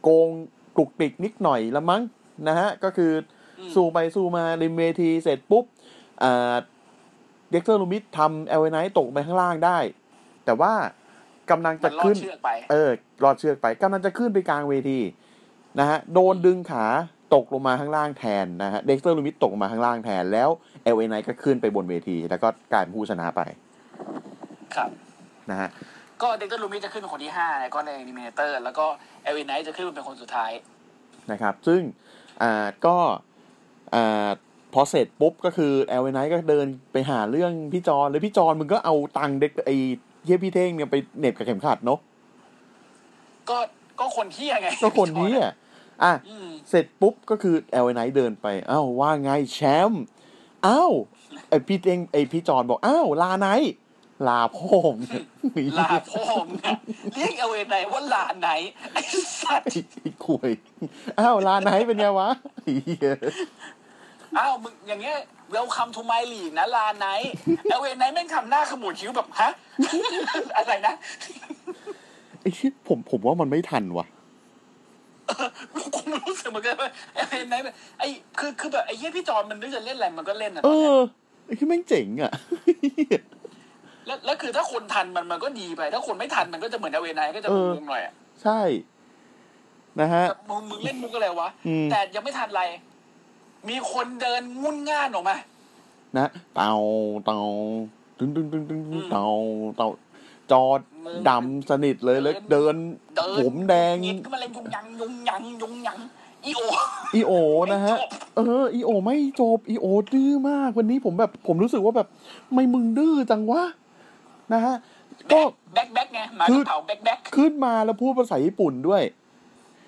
S2: โกงกลุกปิกนิดหน่อยละมั้งนะฮะ ก็คืออ
S3: ม
S2: สู้ไปสู้มาริมเวทีเสร็จปุ๊บอ่าเด็กเซอร์ลูมิดทำเอลเอไนท์ตกไปข้างล่างได้ แต่ว่ากำลัง
S3: มั
S2: จะ
S3: นลอ
S2: ขึ้
S3: ด
S2: น
S3: เชือกไป
S2: เออรอดเชือกไปกำลังจะขึ้นไปกลางเวทีนะฮะ โดนดึงขาตกลงมาข้างล่างแทนนะฮะ เด็กเตอร์ลูมิสตกลงมาข้างล่างแทน แล้วเอลเอไนก็ขึ้นไปบนเวที แล้วก็กลายเป็นผู้ชนะไป
S3: ครับ
S2: นะฮะ
S3: ก็เด็กเตอร์ลูมิสจะขึ้นเป็นคนที่ห้าในก็ในอนิเมเตอร์ แล้วก็เอลเอไนท์จะขึ้นเป็นคนสุดท้าย
S2: นะครับ ซึ่งอ่าก็อ่าพอเสร็จปุ๊บก็คือเอลเอไนก็เดินไปหาเรื่องพี่จอนแล้วพี่จอนมึงก็เอาตังค์เด็กไอ้เฮียพี่เท่งเนี่ยไปเหน็บกับเข็มขัดเนาะ
S3: ก็ก็คนเฮียไง
S2: ก็คนนี้อ่ะอ่ะ
S3: อืม
S2: เสร็จปุ๊บก็คือเอลไนท์เดินไป อ้าวว่าไงแชมป์ อ้าวไอพี่เองไอพี่จอนบอก อ้าวลาไนท์ลาพ่อผม
S3: ลาพ่อมงเนี่ยเรียกเอลเอไนท์ว่าลาไหนไอ้สัตว์
S2: ไอ้คุยอ้าวลาไนท์เป็นไงวะไอ้เหี้ย
S3: อ้าวมึงอย่างเงี้ยเวลคัมทูไมลีกนะลาไนท์เอลเวไนท์แม่งทำหน้าขมวดคิ้วแบบฮะ อะไรนะ
S2: ไอ้ชิผมผมว่ามันไม่ทันว่ะ
S3: กูรู้สึกเหมือนกันว่าเอลเวไนท์ไอ้คือคือแบบไอ้เหี้ยพี่จอนมันนึกจะเล่นอะไรมันก็เล่นอ่ะ
S2: เออไอ้ที่แม่งเจ๋งอ่ะ
S3: แล้วแล้วคือถ้าคนทันมันมันก็ดีไป ถ้าคนไม่ทันมันก็จะเหมือนเอลเวไนท์ก็จะงงๆหน่อยอะ
S2: ใช่ นะฮะ
S3: แบบมึงมึงเล่นมุกอะไรวะ
S2: อืม
S3: แต่ยังไม่ทันไร มีคนเดินงุ่นง่านออกมา
S2: นะเตาเตาตึ้งตึ้งตึ้งตึ้งเตาเตาจอดดำสนิทเลยแล้วเดิน
S3: เดิน
S2: ผมแดง
S3: งิดก็มาเล่นยุงยังยุงยังยุงยังอีโอ
S2: อีโอนะฮะ
S3: ไม่จบ
S2: เอออีโอไม่จบอีโอดื้อมากวันนี้ผมแบบผมรู้สึกว่าแบบทำไม่มึงดื้อจังวะนะฮะ ก็
S3: แบ็คแบ็คไงหมาก
S2: คื
S3: ระ
S2: อ
S3: เผาแบ็คแบ็ค
S2: ขึ้นมาแล้วพูดภาษาญี่ปุ่นด้วย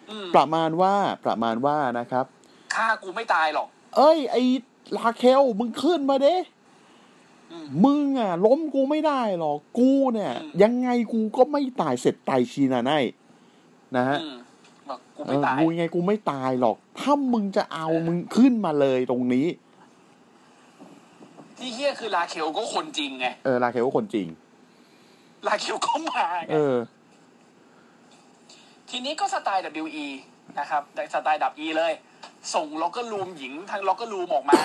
S3: อืม
S2: ประมาณว่าประมาณว่านะครับ
S3: ฆ่ากูไม่ตายหรอก
S2: เอ้ย ไอลาเคลมึงขึ้นมาเด้
S3: อืม
S2: มึงอ่ะ ล้มกูไม่ได้หรอกกูเนี่ย
S3: อืม
S2: ยังไงกูก็ไม่ตายเสร็จตายชีนาไนนะฮะ
S3: อืมบอกกู
S2: เอ
S3: ไม่
S2: อ
S3: ตาย
S2: กูยังไงกูไม่ตายหรอก ถ้ามึงจะเอามึงขึ้นมาเลยตรงนี้
S3: ที่เฮี้ยคือลาเคลก็คนจริงไง
S2: เออลาเคลก็คนจริง
S3: ลาเคลก็มาไง
S2: เออ
S3: ทีนี้ก็สไตล์ WE นะครับแต่สไตล์ดับ E เลย ส่งล็อกเกอร์ลูมหญิงทางล็อกเกอร์ลูมออกมา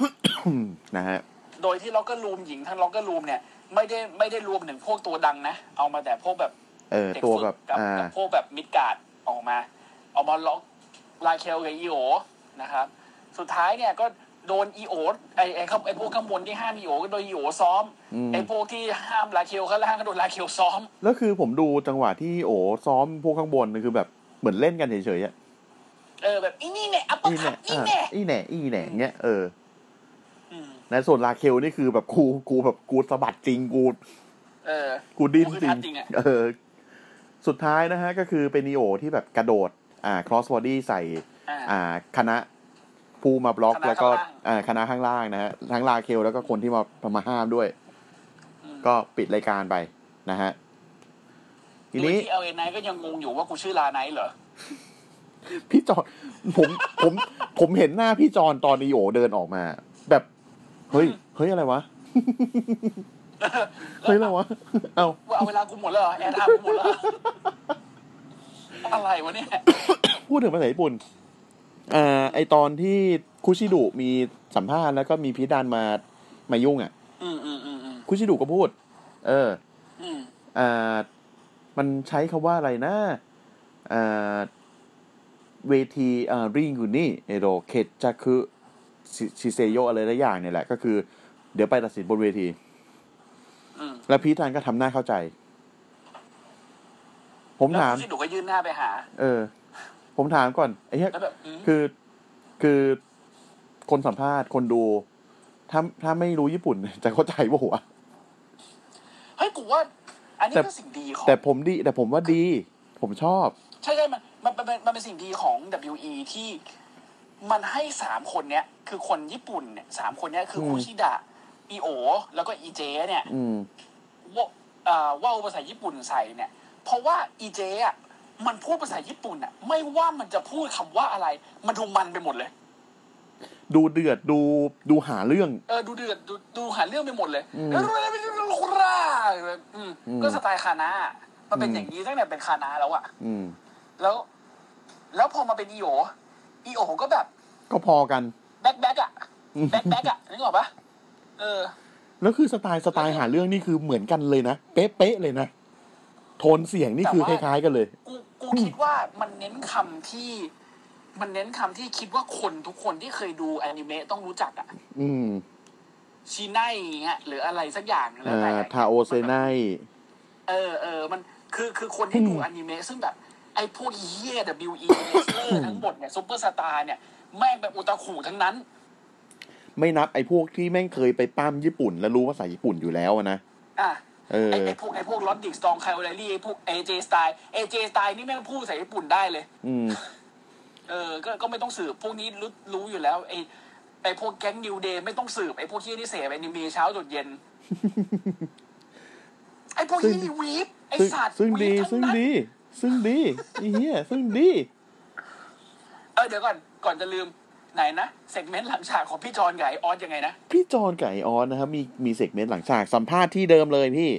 S2: อืมนะฮะ
S3: โดยที่ล็อกเกอร์ลูมหญิงทางล็อกเกอร์ลูมเนี่ย ไม่ได้ไม่ได้รวมถึงพวกตัวดังนะ เอามาแต่พวกแบบ
S2: เออ
S3: เด็ก
S2: ตัว
S3: ฝึก
S2: แบบ
S3: กับ
S2: อ่า
S3: กับพวกแบบมิดการ์ดออกมา เอามาล็อกลาเคลกับอีโอ นะครับ สุดท้ายเนี่ยก็โดนอีโอตไอไอเขาไอพวกข้างบนที่ห้ามอีโอก็โดนอีโอซ้อม
S2: อืม
S3: ไอพวกที่ห้ามลาเคียวข้างล่างก็โดนลาเคียวซ้อม
S2: แล้วคือผมดูจังหวะที่โอซ้อมพวกข้างบนน่ะคือแบบเหมือนเล่นกันเฉยๆอ่ะ
S3: เออแบบอีนี่แน่อัปเปอ
S2: อี
S3: ร์
S2: แห
S3: คั
S2: น่
S3: ตอี
S2: อ่ะ
S3: แน่
S2: อีแหน่อีแหน่เงี้ยเออ
S3: อืม
S2: นะส่วนลาเคลนี่คือแบบกูกูแบบกูสะบัดจริงกู
S3: เออ
S2: กูดิ้น
S3: กูคือ
S2: จริ
S3: ท้าง จริงอะ
S2: เออ สุดท้ายนะฮะ ก็คือเป็นนีโอที่แบบกระโดด อ่า cross body ใส่
S3: อ่า
S2: อ่าคณะผู้มาบล็อก
S3: คณะ
S2: แล้วก็
S3: ข้าง
S2: อ่าค
S3: ล่าง
S2: ณะข้างล่างนะฮะทั้งลาเคลแล้วก็คนที่มามาห้ามด้วย
S3: อืม
S2: ก็ปิดรายการไปนะฮะที
S3: โดย
S2: นี้
S3: ที่เอลเอ็นไนก็ยังงงอยู่ว่ากูชื่อลาไนท์เหรอ
S2: พี่จอนผมผมผมเห็นหน้าพี่จอนตอนอีโอเดินออกมา แบบเฮ้ยเฮ้ยอะไร วะเฮ้ยอะไรวะเอา
S3: ว่าเอาเวลากูหมดแล้วเหรอแอนอาร์กูหมดแล้วเหรอ อะไรวะเนี่ย
S2: พูดถึงภาษาญี่ปุ่นอ่าไอตอนที่คุชิดุมีสัมภาษณ์แล้วก็มีพิดานมามายุ่งอ่ะ
S3: อืมอืมอืมอืม
S2: คุชิดุก็พูด เออ
S3: อืม
S2: อ่ามันใช้คำว่าอะไรนะอ่าเวทีอ่าริงกุนี่เอโรเคจัคุชิชิเซโยอะไรหลายอย่างเนี่ยแหละ ก็คือ เดี๋ยวไปตัดสินบนเวที
S3: อืม
S2: แล้วพีทานก็ทำหน้าเข้าใจ ผม
S3: แล้ว
S2: ถาม
S3: พี่ดุก็ยื่นหน้าไปหา
S2: เออ ผมถามก่อนไอ้เหี้ย
S3: แล้วแบบอืม
S2: คือคือคนสัมภาษณ์คนดู ถ้าถ้าไม่รู้ญี่ปุ่น จะเข้าใจว่าวะ
S3: เฮ้ยกูว่า อันนี้
S2: แต่
S3: ก็สิ่งดีของ
S2: แต่ผมดี แต่ผมว่าดี ผมชอบ
S3: ใช่ใช่มันมันมันเป็นมันเป็นสิ่งดีของ WE ที่มันให้สามคนเนี้ย คือคนญี่ปุ่นเนี่ยสามคนเนี้ยคืออ
S2: ม
S3: คุชิดะอีโอ แล้วก็อีเจเนี่ย
S2: อืม
S3: ว่าเอ่อว่าวภาษาญี่ปุ่นใส่เนี่ย เพราะว่าอีเจอ่ะมันพูดภาษาญี่ปุ่นอ่ะ ไม่ว่ามันจะพูดคำว่าอะไร มันดูมันไปหมดเลย
S2: ดูเดือดดูดูหาเรื่อง
S3: เออดูเดือดดูดูหาเรื่องไปหมดเลย
S2: อืม
S3: แล้วรู้อะไรไม่รู้ร่าอืม
S2: อืม
S3: ก็สไตล์คานาอะมันเป็นอย่างนี้ตั้งแต่เป็นคานาแล้วอ่ะ
S2: อืม
S3: แล้ว แล้วพอมาเป็นอีโออีโอก็แบบ
S2: ก็พอกัน
S3: แบ็คแบ็คอ่ะแบ็คแบ็คอ่ะนึกออกปะเออ
S2: แล้วคือสไตล์สไตล์หาเรื่องนี่คือเหมือนกันเลยนะ เป๊ะๆเลยนะ โทนเสียงนี่คือค
S3: แต่ว่า
S2: ล้ายๆกันเลย
S3: กูกูคิดว่ามันเน้นคำที่มันเน้นคำที่คิดว่าคนทุกคนที่เคยดูอนิเมะต้องรู้จักอะ
S2: อืม
S3: ชีไนอย่างเงี้ยหรืออะไรสักอย่างหรืออะไร
S2: อ่า
S3: อะ
S2: ทาโอเซไน
S3: เออเออมันคือคือคนที่ดูอนิเมะซึ่งแบบ ไอ้พวกเฮีย WE เลเซอร์ทั้งหมดเนี่ยซุปเปอร์สตาร์เนี่ยแม่งแบบอุตาขู่ทั้งนั้น
S2: ไม่นับไอ้พวกที่แม่งเคยไปปั้มญี่ปุ่น แล้วรู้ภาษาญี่ปุ่นอยู่แล้วอะนะ
S3: อ่ะ
S2: เออ
S3: ไอ้ไอ้พวกไอ้พวกลอดดิกสตองไคลโอไลลี่ไอ้พวกเอเจสไตล์เอเจสไตล์นี่แม่งพูดภาษาญี่ปุ่นได้เลย
S2: อืม
S3: เออ ก็ ก็ไม่ต้องสืบ พวกนี้รู้รู้อยู่แล้ว ไอ้ ไอ้พวกแก๊งนิวเดย์ไม่ต้องสืบ ไอ้พวกที่นี่เสพแอนิเมะเช้าจนเย็น ไอ้พวก
S2: ซึ่
S3: ที่
S2: ง
S3: นี่วีฟไอ้
S2: ซึ่ง
S3: สัตว์
S2: ซึ่ง
S3: วี
S2: ดี
S3: ฟ
S2: ซึ่ง
S3: ทั้นั้น
S2: ดี ซึ่งดีไอ้เหี้ยซึ่งดี
S3: เออ เดี๋ยวก่อน ก่อนจะลืม ไหนนะ เซกเมนต์หลังฉากของพี่จอนกับไอออสยังไงนะ
S2: พี่จอนไก่ออนนะครับมีมีเซกเมนต์หลังฉากสัมภาษณ์ที่เดิมเลยพี่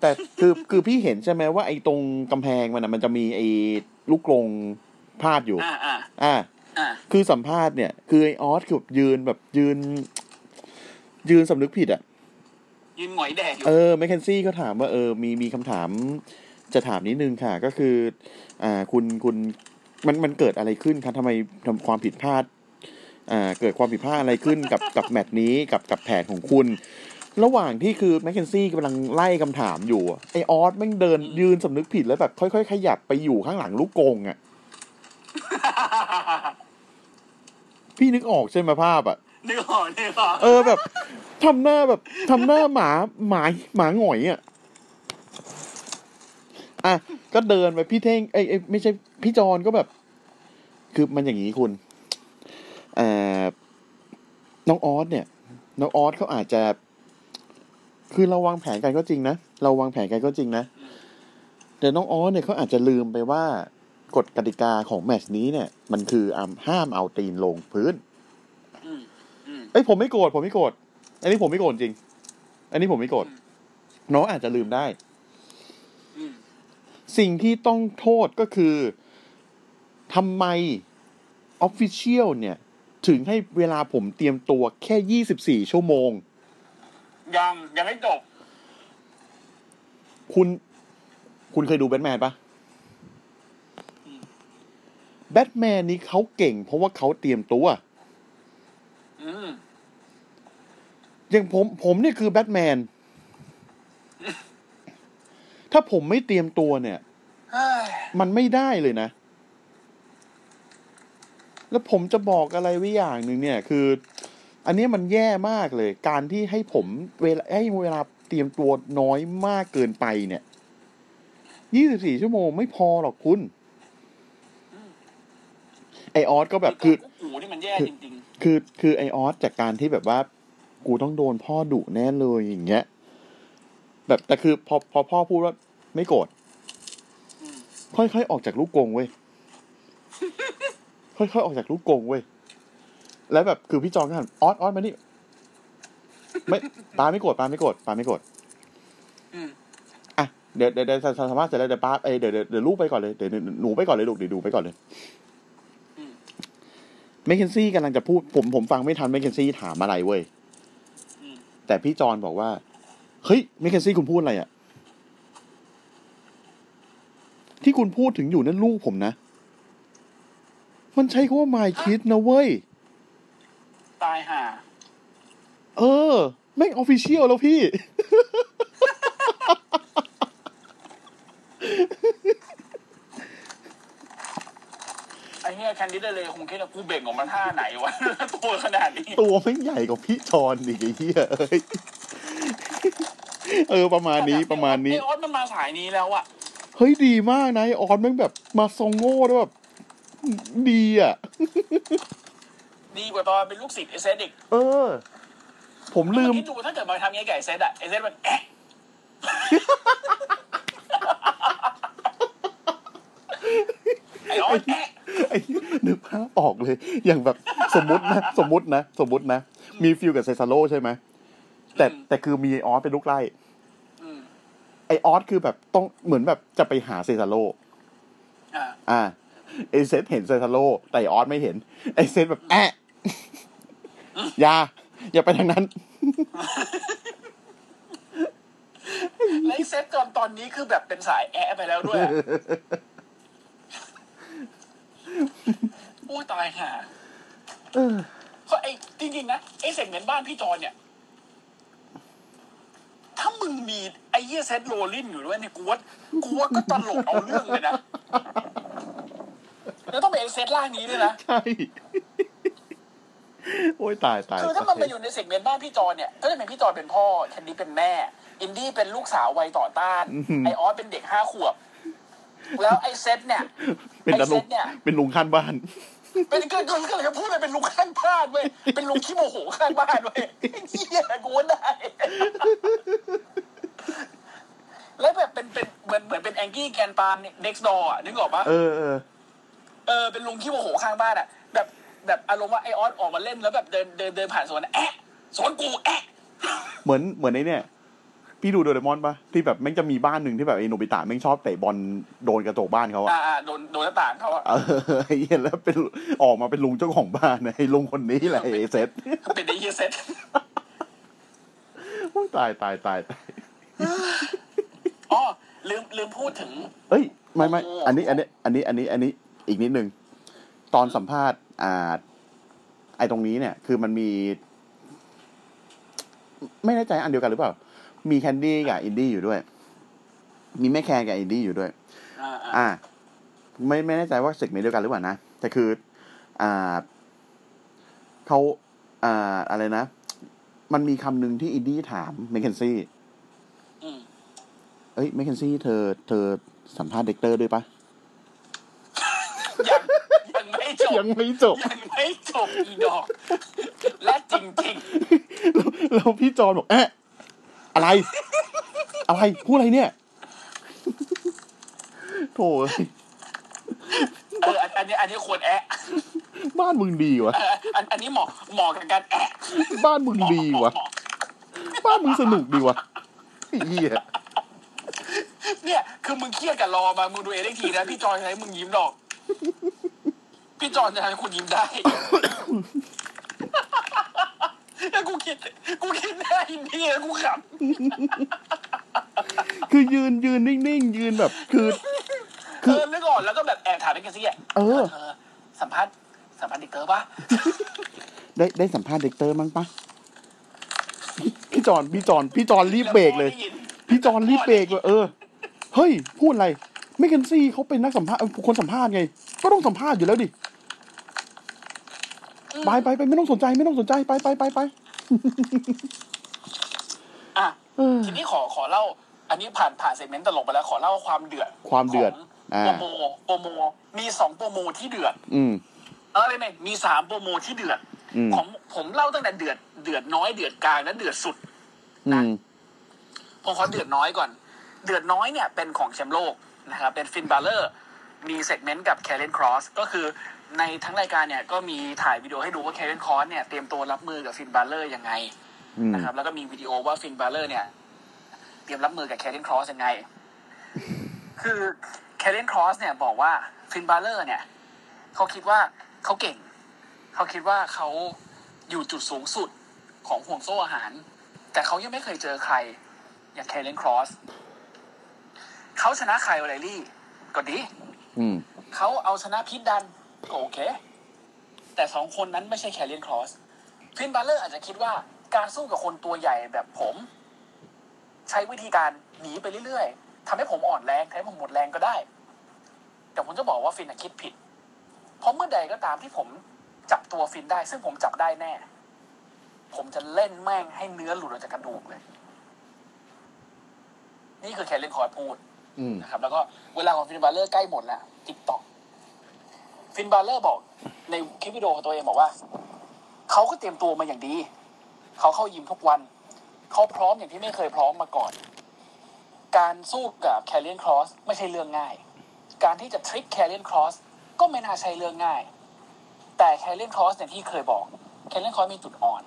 S2: แต่คือ คือพี่เห็นใช่ไหมว่าไอ้ตรงกำแพงมันนะมันจะมีไอ้ลูกกรงพาดอยู่
S3: อ่าอ่า
S2: อ่า
S3: อ่า
S2: คือสัมภาษณ์เนี่ย คือไอออสคือแบบยืนแบบยืน ยืนสำนึกผิดอะ่ะ
S3: ยืนหงอยแดกอยู่
S2: เออแมคเคนซี่ก็ถามว่าเออมีมีคำถามจะถามนิดนึงค่ะ ก็คือ อ่าคุณคุณมันมันเกิดอะไรขึ้นคะทำไมทำความผิดพลาด อ่า เกิดความผิดพลาดอะไรขึ้น กับกับแมตช์นี้กับกับแผนของคุณ ระหว่างที่คือแมคเคนซี่กำลังไล่คำถามอยู่อะไอออสแม่งเดินยืนสำนึกผิดแล้วแบบค่อยๆ ขยับไปอยู่ข้างหลังลูกกรงอะ่ะ พี่นึกออกใช่ไหมภาพอ่ะ
S3: นึกออกนึกออก
S2: เออแบบทำหน้าแบบทำหน้าหมาหมาหมาหงอยอ่ะอ่ะก็เดินไปพี่เท่งเอ้ยเอ้ยไม่ใช่พี่จอนก็แบบ คือมันอย่างนี้คุณเอ่อน้องออสเนี่ย น้องออสเขาอาจจะ คือเราวางแผนกันก็จริงนะเราวางแผนกันก็จริงนะแต่น้องออสเนี่ยเขาอาจจะลืมไปว่ากฎกติกาของแมตช์นี้เนี่ย มันคืออ่ะห้ามเอาตีนลงพื้น
S3: อืมอืม
S2: เอ้ยผมไม่โกรธผมไม่โกรธอันนี้ผมไม่โกรธจริง อันนี้ผมไม่โกรธ
S3: อืม
S2: น้องอาจจะลืมได้
S3: อืม
S2: สิ่งที่ต้องโทษก็คือทำไมออฟฟิเชียลเนี่ย ถึงให้เวลาผมเตรียมตัวแค่ 24 ชั่วโมง
S3: ยัง ยังไม่จบ
S2: คุณ คุณเคยดูแบทแมนปะ
S3: อืม
S2: แบ แบทแมนนี้เขาเก่ง เพราะว่าเขาเตรียมตัว
S3: อืม
S2: อย่างผมผมเนี่ยคือแบทแมน ถ้าผมไม่เตรียมตัวเนี่ย
S3: เฮ้ย
S2: มันไม่ได้เลยนะ แล้วผมจะบอกอะไรไว้อย่างหนึ่งเนี่ย คือ อันนี้มันแย่มากเลย การที่ให้ผมเวลาให้เวลาเตรียมตัวน้อยมากเกินไปเนี่ย 24 ชั่วโมงไม่พอหรอกคุณ ไอออสก็แบบคือ
S3: กูกูนี่มันแย่จริง
S2: คือคือไอออสจากการที่แบบว่า กูต้องโดนพ่อดุแน่เลยอย่างเงี้ย แบบแต่คือพอพอพ่อพูดว่าไม่โกรธ
S3: ๆอืม
S2: ค่อยๆออกจากลูกกรงเว้ย ค่อยๆออกจากลูกกรงเว้ย แล้วแบบคือพี่จองก็หันออสออสมานี่ไม่ปาไม่โกรธปาไม่โกรธปาไม่โกรธ
S3: อืม
S2: อ่ะเดี๋ยวเดี๋ยวเดี๋ยวสามภารถเสร็จแล้วเดี๋ยวปาเอ้ยเดี๋ยวเดี๋ยวเดี๋ยวลูกไปก่อนเลยเดี๋ยวเดี๋ยวหนูไปก่อนเลยลูกเดี๋ยวดูไปก่อนเลย
S3: อืม
S2: เมคเคนซี่กำลังจะพูดผมผมฟังไม่ทันเมคเคนซี่ถามอะไรเว้ย
S3: อืม
S2: แต่พี่จอนบอกว่า เฮ้ยเมคเคนซี่คุณพูดอะไรอะที่คุณพูดถึงอยู่นั่นลูกผมนะ มันใช้คำว่า my kid นะเว้ย
S3: ตายห่า
S2: เออ แม่งออฟฟิเชียลแล้วพี่
S3: ไอ้เนี่ยแคนดิดเลยคงคิดว่ากูเบ่งออกมาท่าไหนวะ ตัวขนาดนี้
S2: ตัวแม่งใหญ่กว่าพี่จอนอีกไอ้เหี้ยเอ้ยเออ ประมาณนี้ประมาณนี้
S3: ไอออสมันมาสายนี้แล้วอะ
S2: เฮ้ยดีมากนะไอ้ออนแม่งแบบมาทรงโง่ด้วยแบบดีอ่ะ
S3: ดีกว่าตอนเป็นลูกศิษย์ไอเซดอีก
S2: เออ ผมลืม
S3: คิดดูถ้าเกิดมาทำงี้กับไอเซดอะไอเซดมัน แอะ ไอออสแอะ
S2: ไอ้ นึกภาพออกเลย อย่างแบบสมมตินะ สมมตินะ สมมตินะ มีฟิลกับเซซาโลใช่ไหมแต่แต่คือมีออสเป็นลูกไล่
S3: อืม
S2: ไอออสคือแบบต้องเหมือนแบบจะไปหาเซซาโล
S3: อ่า
S2: อ่าไอเซตเห็นเซซาโลแต่ไอ้ออสไม่เห็น ไอเซตแบบแอะ อย่าอย่าไปทางนั้น
S3: และไอเซดตอนตอนนี้คือแบบเป็นสายแอะไปแล้ว ด้วยอะ อุ้ยตายห่าเพราะไอ้จริงๆนะไอ้เซกเมนต์บ้านพี่จอนเนี่ย ถ้ามึงมีไอ้เยี่ยเซตโรลลินอยู่ด้วยเนี่ยกูว่ากูว่าก็ตลกเอาเรื่องเลยนะ แล้วต้องเป็นไอ้เซตล่างนี้ด้วยนะ
S2: ใช่ โอ้ยตายตาย
S3: คือถ้ามันไปอยู่ในเซกเมนต์บ้านพี่จอนเนี่ย ก็จะเป็นพี่จอนเป็นพ่อแคนดี้เป็นแม่ อินดี้เป็นลูกสาววัยต่อต้าน ไอออสเป็นเด็กห้าขวบ แล้วไอ้เซตเนี่ย
S2: เป็นตล
S3: ไอ้เซ
S2: ก
S3: ตเนี่ย
S2: เป็นลุงข้านบ้าน
S3: เป็นก็ก็ก็เลยจะพูดเลยเป็นลุงข้างบ้านเว้ย เป็นลุงขี้โมโหข้างบ้านเว้ยเหี้ยกูว่าได้ แล้วแบบเป็นเป็นเหมือนเหมือนเป็นแองกี้แกนปานเด็กซ์ดออ่ะนึกออกปะ
S2: เออเออ
S3: เออเป็นลุงขี้โมโหข้างบ้านอ่ะ แบบแบบอารมณ์ว่าไอออสออกมาเล่นแล้วแบบเดินเดินเดินผ่านสวนอะแอะสวนกูแอะ
S2: เหมือนเหมือนไอ้เนี่ย พี่ดูโดเรมอนปะที่แบบแม่งจะมีบ้านหนึ่งที่แบบไอ้โนบิตะแม่งชอบเตะบอลโดนกระจกบ้านเขาอะ
S3: อ่าอ่าโดนโดนหน้าต่างเขาอะ
S2: เออไอ้เหี้ยแล้วเป็นออกมาเป็นลุงเจ้าของบ้านนะไอ้ลุงคนนี้แหละไอ้เซต
S3: เป็นไอ้เฮียเซต
S2: โอ้ยตายตายตายตาย
S3: อ๋อลืมลืมพูดถึง
S2: เอ้ยไม่ไม่อันนี้อันนี้ อันนี้อันนี้อันนี้อีกนิดนึงตอนสัมภาษณ์อ่าไอ้ตรงนี้เนี่ย คือมันมี ไม่แน่ใจอันเดียวกันหรือเปล่า มีแคนดี้กับอินดี้อยู่ด้วย มีแม่แคนกับอินดี้อยู่ด้วย
S3: อ่าอ่า
S2: อ่าไม่ไม่แน่ใจว่าศึกเมนเดียวกันหรือเปล่านะแต่คือ อ่าเขาอ่าอะไรนะ มันมีคำหนึ่งที่อินดี้ถามเมคเคนซี่
S3: อืม
S2: เอ้ยเมคเคนซี่เธอเธอสัมภาษณ์เด็กเตอร์ด้วยปะ
S3: ยังยังไม่จบ
S2: ยังไม่จบ
S3: ยังไม่จบอีดอก และจริง
S2: แล้วแล้วพี่จอนบอกแอะอะไร อะไรพูดอะไรเนี่ยโถ่เอ้ย
S3: ๆ เอออันอันนี้อันนี้ควรแอะ
S2: บ้านมึงดีวะ
S3: เอออันอันนี้เหมาะเหมาะกับการแอะ
S2: บ้านมึงดีวะบ้านมึงสนุกดีวะไอ้เหี้ย
S3: เนี่ยคือมึงเครียดกับรอมา มึงดูเองได้ทีนะ พี่จอนจะให้มึงยิ้มดอก พี่จอนจะให้คุณยิ้ม ได้ แล้วกูคิด กูคิดหน้าอินเดียแล้วกูข
S2: คือยืนยืนนิ่งๆ ยืนแบบ คือ
S3: ำเออนึกออกแล้วก็แบบแอบถามไอ้กันซี่อ่ะ
S2: เออ
S3: เออ สัมภาษณ์สัมภาษณ์ดิกเตอร์ปะ
S2: ได้ได้สัมภาษณ์เด็กเตอร์มั้งปะพี่จอนพี่จอนพี่จอนรีบเบรกเลย
S3: แวได้น
S2: พี่จอนรีบเบรกเลยเออ เฮ้ย พูดอะไรไมคเคนซี่เขาเป็นนักสัมภาษณ์เอ่อคนสัมภาษณ์ไง ก็ต้องสัมภาษณ์อยู่แล้วดิ
S3: อืม
S2: ไปไปไปไม่ต้องสนใจไม่ต้องสนใจไปไปไปไป
S3: อ่ะ
S2: เออ
S3: ทีนี้ขอขอเล่า อันนี้ผ่านผ่านเซกเมนต์ตลกไปแล้วขอเล่าความเดือด
S2: ความเดือด
S3: ข
S2: อ่า
S3: องโปรโมโปรโมมีสองโปรโมที่เดือด
S2: อืม
S3: เออเลยไหมมีสามโปรโมที่เดือด
S2: อืม
S3: ของผมเล่าตั้งแต่เดือดเดือดน้อยเดือดกลางและเดือดสุด
S2: อืม
S3: ผมขอเดือดน้อยก่อน เดือดน้อยเนี่ยเป็นของแชมป์โลกนะครับเป็นฟินบ b ลเลอร์มีเซกเมนต์กับแค r รนครอสก็คือในทั้งรายการเนี่ยก็มีถ่ายวิดีโอให้ดูว่าแค r รนครอสเนี่ยเตรียมตัวรับมือกับฟินบ b ลเลอร์ยังไง
S2: อืม
S3: นะครับแล้วก็มีวิดีโอว่าฟินบาเลอร์เนี่ย เตรียมรับมือกับแค r รนครอสยังไง คือแค r รนครอสเนี่ยบอกว่าฟินบาเลอร์เนี่ย เขาคิดว่าเขาเก่ง เขาคิดว่าเขาอยู่จุดสูงสุดของห่วงโซ่อาหาร แต่เขายังไม่เคยเจอใคร อย่างแค r รนครอสเขาชนะใครวอลเลรี่ก็ดี
S2: อืม
S3: เขาเอาชนะพิษดันก็โอเค แต่สองคนนั้นไม่ใช่แคเรียนครอสฟินบัลเลอร์อาจจะคิดว่าการสู้กับคนตัวใหญ่แบบผม ใช้วิธีการหนีไปเรื่อยๆทำให้ผมอ่อนแรงทำให้ผมหมดแรงก็ได้ แต่ผมจะบอกว่าฟินนะคิดผิด เพราะเมื่อใดก็ตามที่ผมจับตัวฟินได้ ซึ่งผมจับได้แน่ ผมจะเล่นแม่งให้เนื้อหลุดออกจากกระดูกเลย นี่คือแคเรียนครอสพูด
S2: อืม
S3: นะครับแล้วก็เวลาของฟินบาเลอร์ใกล้หมดแล้วติ๊กต็อกฟินบาเลอร์บอกในคลิปวิดีโอของตัวเองบอกว่า เขาก็เตรียมตัวมาอย่างดี เขาเข้ายิมทุกวัน เขาพร้อมอย่างที่ไม่เคยพร้อมมาก่อน การสู้กับแค r รียนครอสไม่ใช่เรื่องง่าย การที่จะทริกแค r รียนครอสก็ไม่น่าใช่เรื่องง่าย แต่แค r รียนครอสอย่างที่เคยบอกแค r รียนครอสมีจุดอ่อน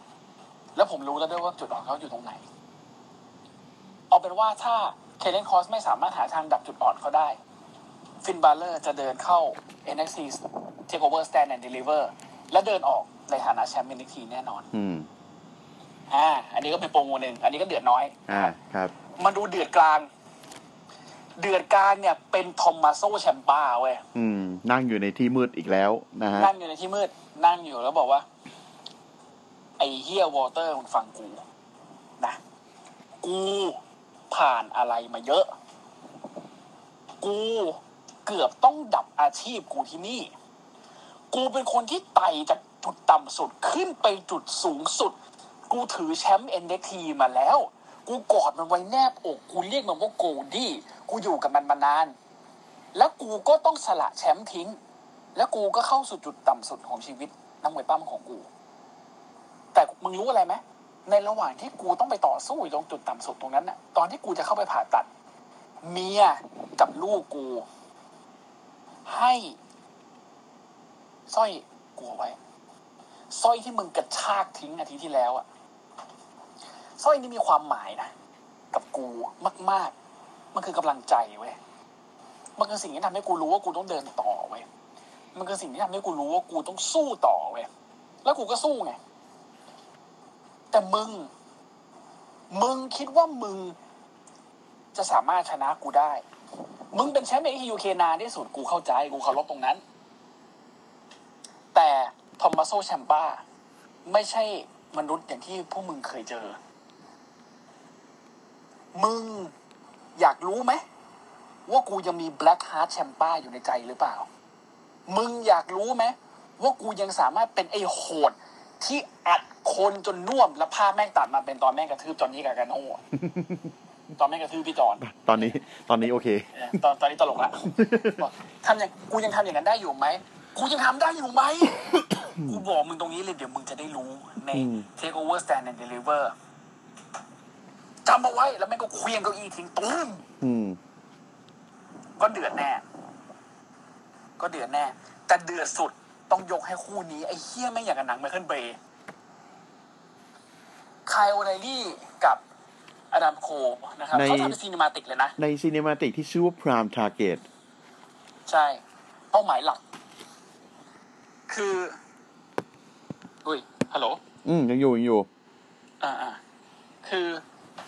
S3: แล้วผมรู้แล้วด้วยว่าจุดอ่อนเขาอยู่ตรงไหน เอาเป็นว่าถ้าเคเลนคอสไม่สามารถหาทางดับจุดอ่อนเขาได้ ฟินบ b ลเลอร์จะเดินเข้า NXT Takeover Stand and Deliver และเดินออกในฐานะแชมป์ NXT แน่นอน
S2: อืม
S3: อ่า อันนี้ก็เป็นโปรโมหนึ่ง อันนี้ก็เดือดน้อย
S2: อ่า ครับ
S3: มาดูเดือดกลาง เดือดกลางเนี่ยเป็นทอมมาโซแชมป้าเว้ย
S2: อืม นั่งอยู่ในที่มืดอีกแล้วนะฮะ
S3: นั่งอยู่ในที่มืด นั่งอยู่แล้วบอกว่า ไอ้เฮียวอเตอร์มึงฟังกูนะกูผ่านอะไรมาเยอะ กูเกือบต้องดับอาชีพกูที่นี่ กูเป็นคนที่ไต่จากจุดต่ำสุดขึ้นไปจุดสูงสุด กูถือแชมป์เอ็นเทีมาแล้ว กูกอดมันไว้แนบอก กูเรียกมันว่าโกลดี้ กูอยู่กับมันมานาน แล้วกูก็ต้องสละแชมป์ทิ้ง แล้วกูก็เข้าสู่จุดต่ำสุดของชีวิตนักมวยปั้มของกู แต่มึงรู้อะไรไหมในระหว่างที่กูต้องไปต่อสู้อยู่ตรงจุดต่ำสุดตรงนั้นน่ะ ตอนที่กูจะเข้าไปผ่าตัด เมียกับลูกกู ให้สร้อยกูเอาไว้สร้อยที่มึงกระชากทิ้งอาทิตย์ที่แล้วอะสร้อยนี้มีความหมายนะ กับกูมาก ๆ มันคือกำลังใจเว้ยมันคือสิ่งที่ทำให้กูรู้ว่ากูต้องเดินต่อเว้ย มันคือสิ่งที่ทำให้กูรู้ว่ากูต้องสู้ต่อเว้ย แล้วกูก็สู้ไง แต่มึง มึงคิดว่ามึง จะสามารถชนะกูได้ มึงเป็นแชมป์เอ u ยูเคนานที่สุดกูเข้าใจ กูเคารพตรงนั้น แต่ทอมมาโซแชมป้า ไม่ใช่มนุษย์อย่างที่พวกมึงเคยเจอ มึงอยากรู้ไหม ว่ากูยังมีแบล็กฮาร์ t แชมป้าอยู่ในใจหรือเปล่า มึงอยากรู้ไหมว่ากูยังสามารถเป็นไอ้โหด ที่อัดคนจนน่วม แล้วภาพแม่งตัดมาเป็นตอนแม่งกระทืบจอนนี่กาการโน่ อะ ตอนแม่งกระทืบพี่จอน
S2: ตอนนี้ ตอนนี้โอเค
S3: เออตอนตอนนี้ตลกละบอกทำอย่างกูยังทำอย่างนั้นได้อยู่ไหมกูยังทำได้อยู่ไหม กูบอกมึงตรงนี้เลยเดี๋ยวมึงจะได้รู้ใน
S2: อืม
S3: take over stand and deliver จำเอาไว้แล้วแม่งก็เคลียงเก้าอี้ทิ้งตุ้ม
S2: อืม
S3: ก็เดือดแน่ ก็เดือดแน่ แต่เดือดสุดต้องยกให้คู่นี้ ไอ้เฮี้ยไม่งอย่างกับหนังไมเคิลเบย์ไคลโอไลลี่กับอดัมโคนะครับ
S2: ใน
S3: เขาทำเป็นซีนิมาติกเลยนะ
S2: ในซีนิมาติกที่ชื่อว่า Prime Target
S3: ใช่ เป้าหมายหลัก คือ อุ้ย ฮัลโหล
S2: อืม ยังอยู่ยังอยู่
S3: อ่าอ่าคือ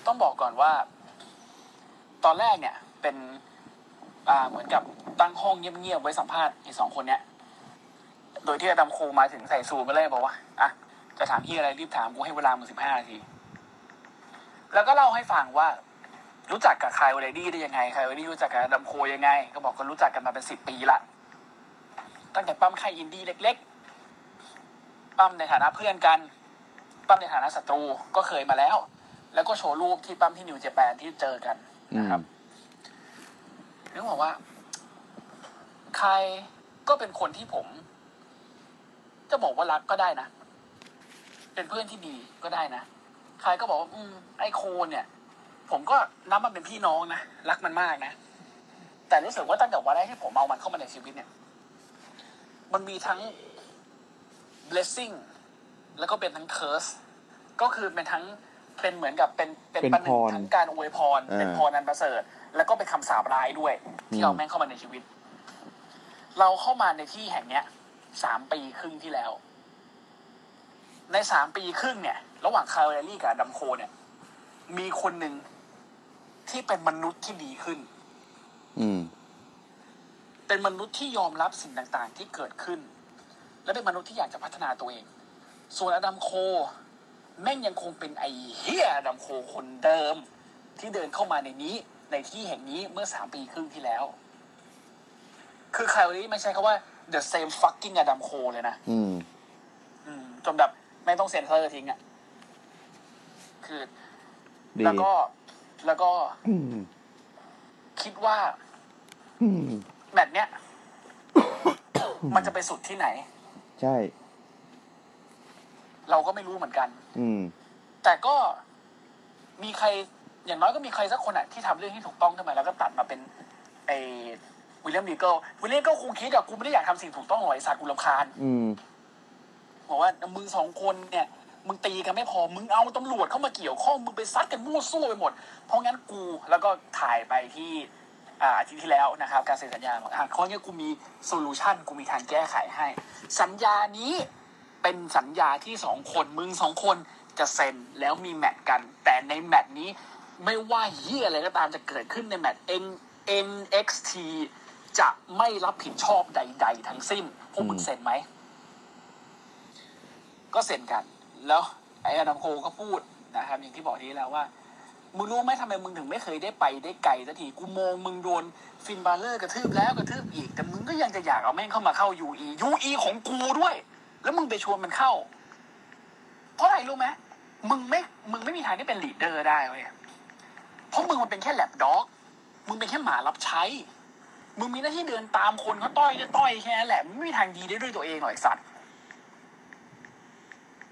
S3: ต้องบอกก่อนว่า ตอนแรกเนี่ย เป็น อ่าเหมือนกับตั้งห้องเงียบๆไว้สัมภาษณ์ไอ้สองคนเนี้ย โดยที่อาดัมโคมาถึงใส่สูทมาเลยบอกว่าอ่ะจะถามพี่อะไรรีบถามกูให้เวลามึงสิบห้านาที แล้วก็เล่าให้ฟังว่า รู้จักกับคายโอเรดี้ได้ยังไงคายโอเรดี้รู้จักกับอาดัมโคยังไง ก็บอกก็รู้จักกันมาเป็นสิบปีละตั้งแต่ปั้มค่ายอินดี้เล็ก ๆ ปั้มในฐานะเพื่อนกัน ปั้มในฐานะศัตรูก็เคยมาแล้ว แล้วก็โชว์รูปที่ปั้มที่นิวเจแปนที่เจอกันนะครับ นึกบอกว่า ใครก็เป็นคนที่ผม จะบอกว่ารักก็ได้นะ เป็นเพื่อนที่ดีก็ได้นะ ใครก็บอกว่า อืม ไอโคนเนี่ย ผมก็นับมันเป็นพี่น้องนะ รักมันมากนะ แต่รู้สึกว่าตั้งแต่วันแรกที่ผมเอามันเข้ามาในชีวิตเนี่ย มันมีทั้ง blessing แล้วก็เป็นทั้ง curse ก็คือเป็นทั้งเป็นเหมือนกับเป็น
S2: เป็น
S3: ประหนึ่ง
S2: พร
S3: ทั้งการอวยพร
S2: อ่า
S3: เป็นพรอันประเสริฐ แล้วก็เป็นคำสาปร้ายด้วย ที่เอาแม่งเข้ามาในชีวิต เราเข้ามาในที่แห่งเนี้ยสามปีครึ่งที่แล้ว ในสามปีครึ่งเนี่ย ระหว่างคาร์เรลลี่กับอดัมโคเนี่ย มีคนหนึ่งที่เป็นมนุษย์ที่ดีขึ้น
S2: อืม
S3: เป็นมนุษย์ที่ยอมรับสิ่งต่างๆ ที่เกิดขึ้น และเป็นมนุษย์ที่อยากจะพัฒนาตัวเอง ส่วนอดัมโค แม่งยังคงเป็นไอเฮียอดัมโคคนเดิม ที่เดินเข้ามาในนี้ ในที่แห่งนี้เมื่อสามปีครึ่งที่แล้ว คือใครวันนี้ไม่ใช่คาว่า the same fucking อดัมโคเลยนะ
S2: อืม
S3: อืมจนแบบไม่ต้องเซ็นเซอร์ทิ้งอะ่ะ คือ
S2: ดี
S3: แล้วก็แล้วก็
S2: อืม
S3: คิดว่า
S2: อืม
S3: แมตช์เนี้ย มันจะไปสุดที่ไหน
S2: ใช่
S3: เราก็ไม่รู้เหมือนกัน
S2: อืม
S3: แต่ก็มีใครอย่างน้อยก็มีใครสักคนอะที่ทำเรื่องที่ถูกต้องขึ้นมาแล้วก็ตัดมาเป็นไอวิลเลียมดีเกิลวิลเลียมก็คงคิดอะกูไม่ได้อยากทำสิ่งถูกต้องหรอกไอสัตว์กูรำคาญ
S2: อืม
S3: บอกว่ามึงสองคนเนี่ย มึงตีกันไม่พอมึงเอาตำรวจเข้ามาเกี่ยวข้องมึงไปซัดกันมั่วซั่วไปหมด เพราะงั้นกูแล้วก็ถ่ายไปที่อ่าอาทิตย์ที่แล้วนะครับ การเซ็นสัญญาบอกอ่ะเพราะงั้นกูมีโซลูชันกูมีทางแก้ไขให้ สัญญานี้เป็นสัญญาที่สองคนมึงสองคนจะเซ็นแล้วมีแมตช์กัน แต่ในแมตช์นี้ไม่ว่าเฮียอะไรก็ตามจะเกิดขึ้นในแมตช์ N- NXT จะไม่รับผิดชอบใด ๆ ทั้งสิ้น พวกมึงเซ็นไหม ก็เซ็นกัน แล้วไอ้อดัมโคก็พูดนะครับ อย่างที่บอกทีแล้วว่า มึงรู้ไหมทำไมมึงถึงไม่เคยได้ไปได้ไกลสักทีกูมองมึงโดนฟินบาเลอร์กระทืบแล้วกระทืบอีก แต่มึงก็ยังจะอยากเอาแม่งเข้ามาเข้า UE UE ของกูด้วย แล้วมึงไปชวนมันเข้า เพราะอะไรรู้ไหมมึงไม่มึงไม่มีทางที่เป็นลีดเดอร์ได้เว้ยเพราะมึงมันเป็นแค่แลบด็อก มึงเป็นแค่หมารับใช้ มึงมีหน้าที่เดินตามคนเขาต้อยจะต้อยแค่นั้นแหละมึงไม่มีทางดีได้ด้วยตัวเองหรอกไอ้สัตว์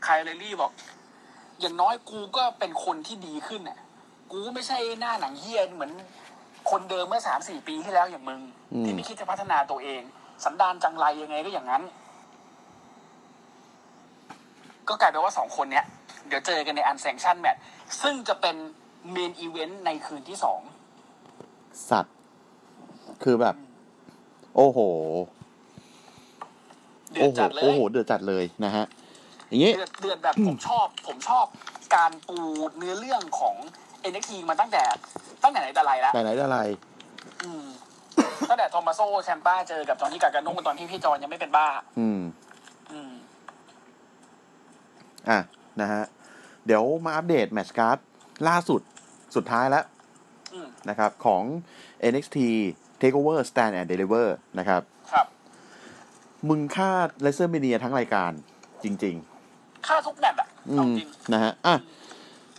S3: ไคลเลรี่บอก อย่างน้อยกูก็เป็นคนที่ดีขึ้นน่ะ กูไม่ใช่หน้าหนังเฮียเหมือน คนเดิมเมื่อสามสี่ปีที่แล้วอย่างมึง
S2: อืม
S3: ที่ไม่คิดจะพัฒนาตัวเอง สันดานจังไรยังไงก็อย่างนั้น ก็กลายเป็นว่าสองคนเนี้ย เดี๋ยวเจอกันในอันแซงชั่นแมตช์ซึ่งจะเป็นเมนอีเวนต์ในคืนที่สอง
S2: สัตว์ คือแบบ โอ้โห
S3: เดือ
S2: โอ้
S3: ด
S2: โห
S3: จัดเลย
S2: โอ้โห เดือดจัดเลยนะฮะ อย่างงี้
S3: เดือดเดือดแบบผมชอบ ผมชอบการปูเนื้อเรื่องของ NXT มาตั้งแต่ตั้งแต่ไหนแต่ไรแล้ว
S2: ไหนๆอะไร
S3: อืมตั้งแต่โทมัสโซแชมป้าเจอกับจอห์นนี่กากาโนุ่งตอนที่พี่จอห์นยังไม่เป็นบ้า
S2: อืม
S3: อืม
S2: อ่ะ นะฮะ เดี๋ยวมาอัปเดตแมตช์การ์ดล่าสุด สุดท้ายแล้ว
S3: อืม
S2: นะครับ ของ NXT Takeover Stand and Deliver นะครับ
S3: ครับ
S2: มึงค่าเลเซอร์เมเนียทั้งรายการจริง ๆ
S3: ค่าทุกแมตช์อะ
S2: อื
S3: เอา
S2: ม
S3: จริง
S2: นะฮะ อ่ะ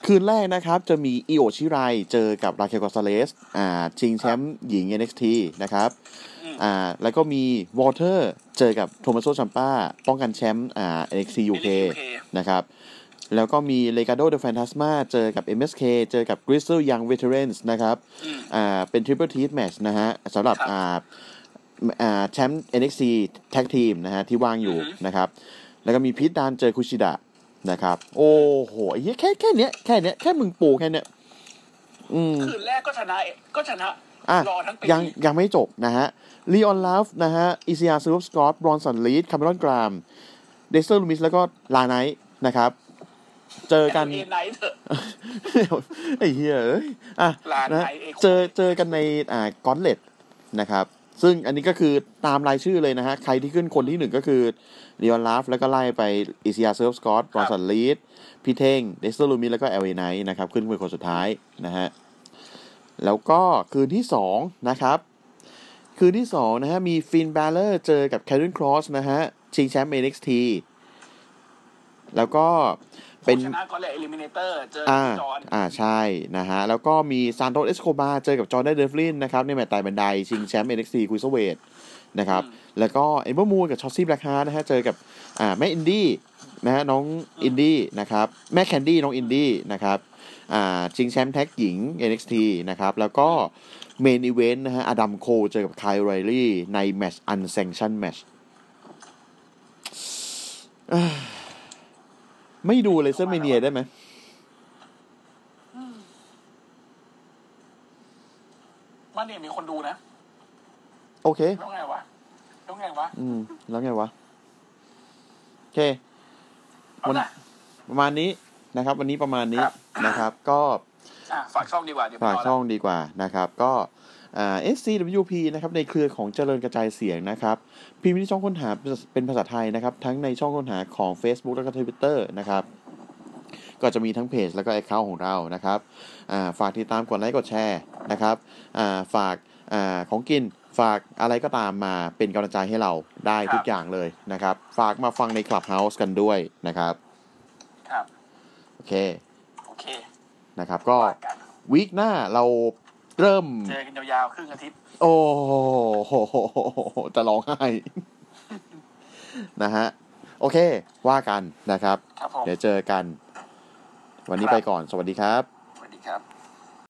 S2: คืนแรกนะครับ จะมีอิโอชิไรเจอกับราเคลกอสเลส อ่า ชิงแชมป์หญิง NXT นะครับ
S3: อืม
S2: อ่า แล้วก็มีวอเตอร์เจอกับโทมัสโซชัมป้า ป้องกันแชมป์ อ่า NXT
S3: อยู่
S2: UK นะครับ แล้วก็มีเลกาโดเดอะแฟนตาสมาเจอกับ MSK เจอกับ g r i z z l e Young Veterans นะครับ
S3: อืม
S2: อ่า เป็นทริปเปิลทีสแมชนะฮะสำหรับ
S3: ครับ
S2: อ่า อ่า แชมป์ NXT Tag Team นะฮะ ที่ว่างอยู่
S3: อือหือ
S2: นะครับ แล้วก็มีพีทดานเจอคุชิดะนะครับ โอ้โหไอ้เหี้ยแค่แค่เนี้ยแค่เนี้ยแค่มึงปูแค่เนี้ยอืม
S3: คืนแรกก็ชนะ ก็ชนะ
S2: อ่ะ
S3: รอทั้งปี
S2: ยังยังไม่จบนะฮะลีออนลาฟนะฮะอิซียาซูฟสกอตบรอนสันลีดคาเมรอนกรามเดสเตอร์ลูมิสแล้วก็ลาไนท์นะครับ เจอกัน
S3: เอ็นไนท์เถอะ
S2: ไอ้เหี้ยเอ้ยอ่ะ
S3: ลาไนท์
S2: นะ
S3: เอ้ย
S2: เจอเจอกันในอ่ากอนเลตนะครับ ซึ่งอันนี้ก็คือตามรายชื่อเลยนะฮะ ใครที่ขึ้นคนที่หนึ่งก็คือเรียนลาฟแล้วก็ไล่ไปอิสยาเซิร์ฟสกอตบอสันลีดพี่เท่งเดสเตอร์ลูมิแล้วก็เอลเอไนนะครับ ขึ้นเป็นคนสุดท้ายนะฮะ แล้วก็คืนที่สองนะครับ คืนที่สองนะฮะ มีฟินแบลเลอร์เจอกับแค r ร n นครอสนะฮะ ชิงแชมป์ NXT แล้วก็เป็น
S3: ผู้ชนะก็เลยเอลิมิเนเตอร์ เจอ
S2: อ่า
S3: จอห์น
S2: อ่า ใช่ นะฮะ แล้วก็มีซานโตสเอสโคบาเจอกับจอร์แดนเดฟลินนะครับ ในแมตช์ไต่บันได ชิงแชมป์ NXT คุยสเวตนะครับ แล้วก็เอเบอร์มูนกับชอตซี่แบล็กฮาร์ทนะฮะ เจอกับ อ่า แม่อินดี้ นะฮะ น้องอินดี้ นะครับ แม่แคนดี้ น้องอินดี้ นะครับ อ่า ชิงแชมป์แท็กหญิง NXT นะครับ แล้วก็เมนอีเวนต์นะฮะ อดัมโคเจอกับไคลไรลี่ในแมตช์อันเซงชันแมตช์ไม่ดูเลยเซอร์เมเนียได้ไหม
S3: มันเนี่ยมีคนดูนะ
S2: โอเค
S3: แล้วไงวะแล้วไงวะ
S2: อืม แล้วไงวะ โอเค
S3: เอา
S2: วัน
S3: ละ
S2: ประมาณนี้นะครับ วันนี้ประมาณนี้
S3: ครับ
S2: นะครับ ก็
S3: อ่ะฝากช่องดีกว่าเดี๋ยว
S2: ฝาก
S3: พละ
S2: ช่องดีกว่านะครับ ก็อ่า SCWP นะครับในเครือของเจริญกระจายเสียงนะครับ พิมพ์ที่ช่องค้นหาเป็นภาษาไทยนะครับ ทั้งในช่องค้นหาของ Facebook แล้วก็ Twitter นะครับ ก็จะมีทั้งเพจแล้วก็แอคเคาท์ของเรานะครับอ่าฝากติดตามกดไลค์กดแชร์นะครับอ่าฝากอาของกินฝากอะไรก็ตามมาเป็นกำลังใจให้เราได้ทุกอย่างเลยนะครับ ฝากมาฟังใน Clubhouse กันด้วยนะครับ
S3: ครับ
S2: โอเค
S3: โอเค
S2: นะครับก็
S3: ฝากกัน
S2: วีคหน้าเราเริ่ม
S3: เจอกันยาวๆครึ่งอาทิตย์
S2: โอ้โหจะร้องไห้ นะฮะ โอเค ว่ากันนะครับ
S3: ครับผม
S2: เดี๋ยวเจอกัน วันนี้ไปก่อน สวัสดีครับ
S3: สวัสดีครับ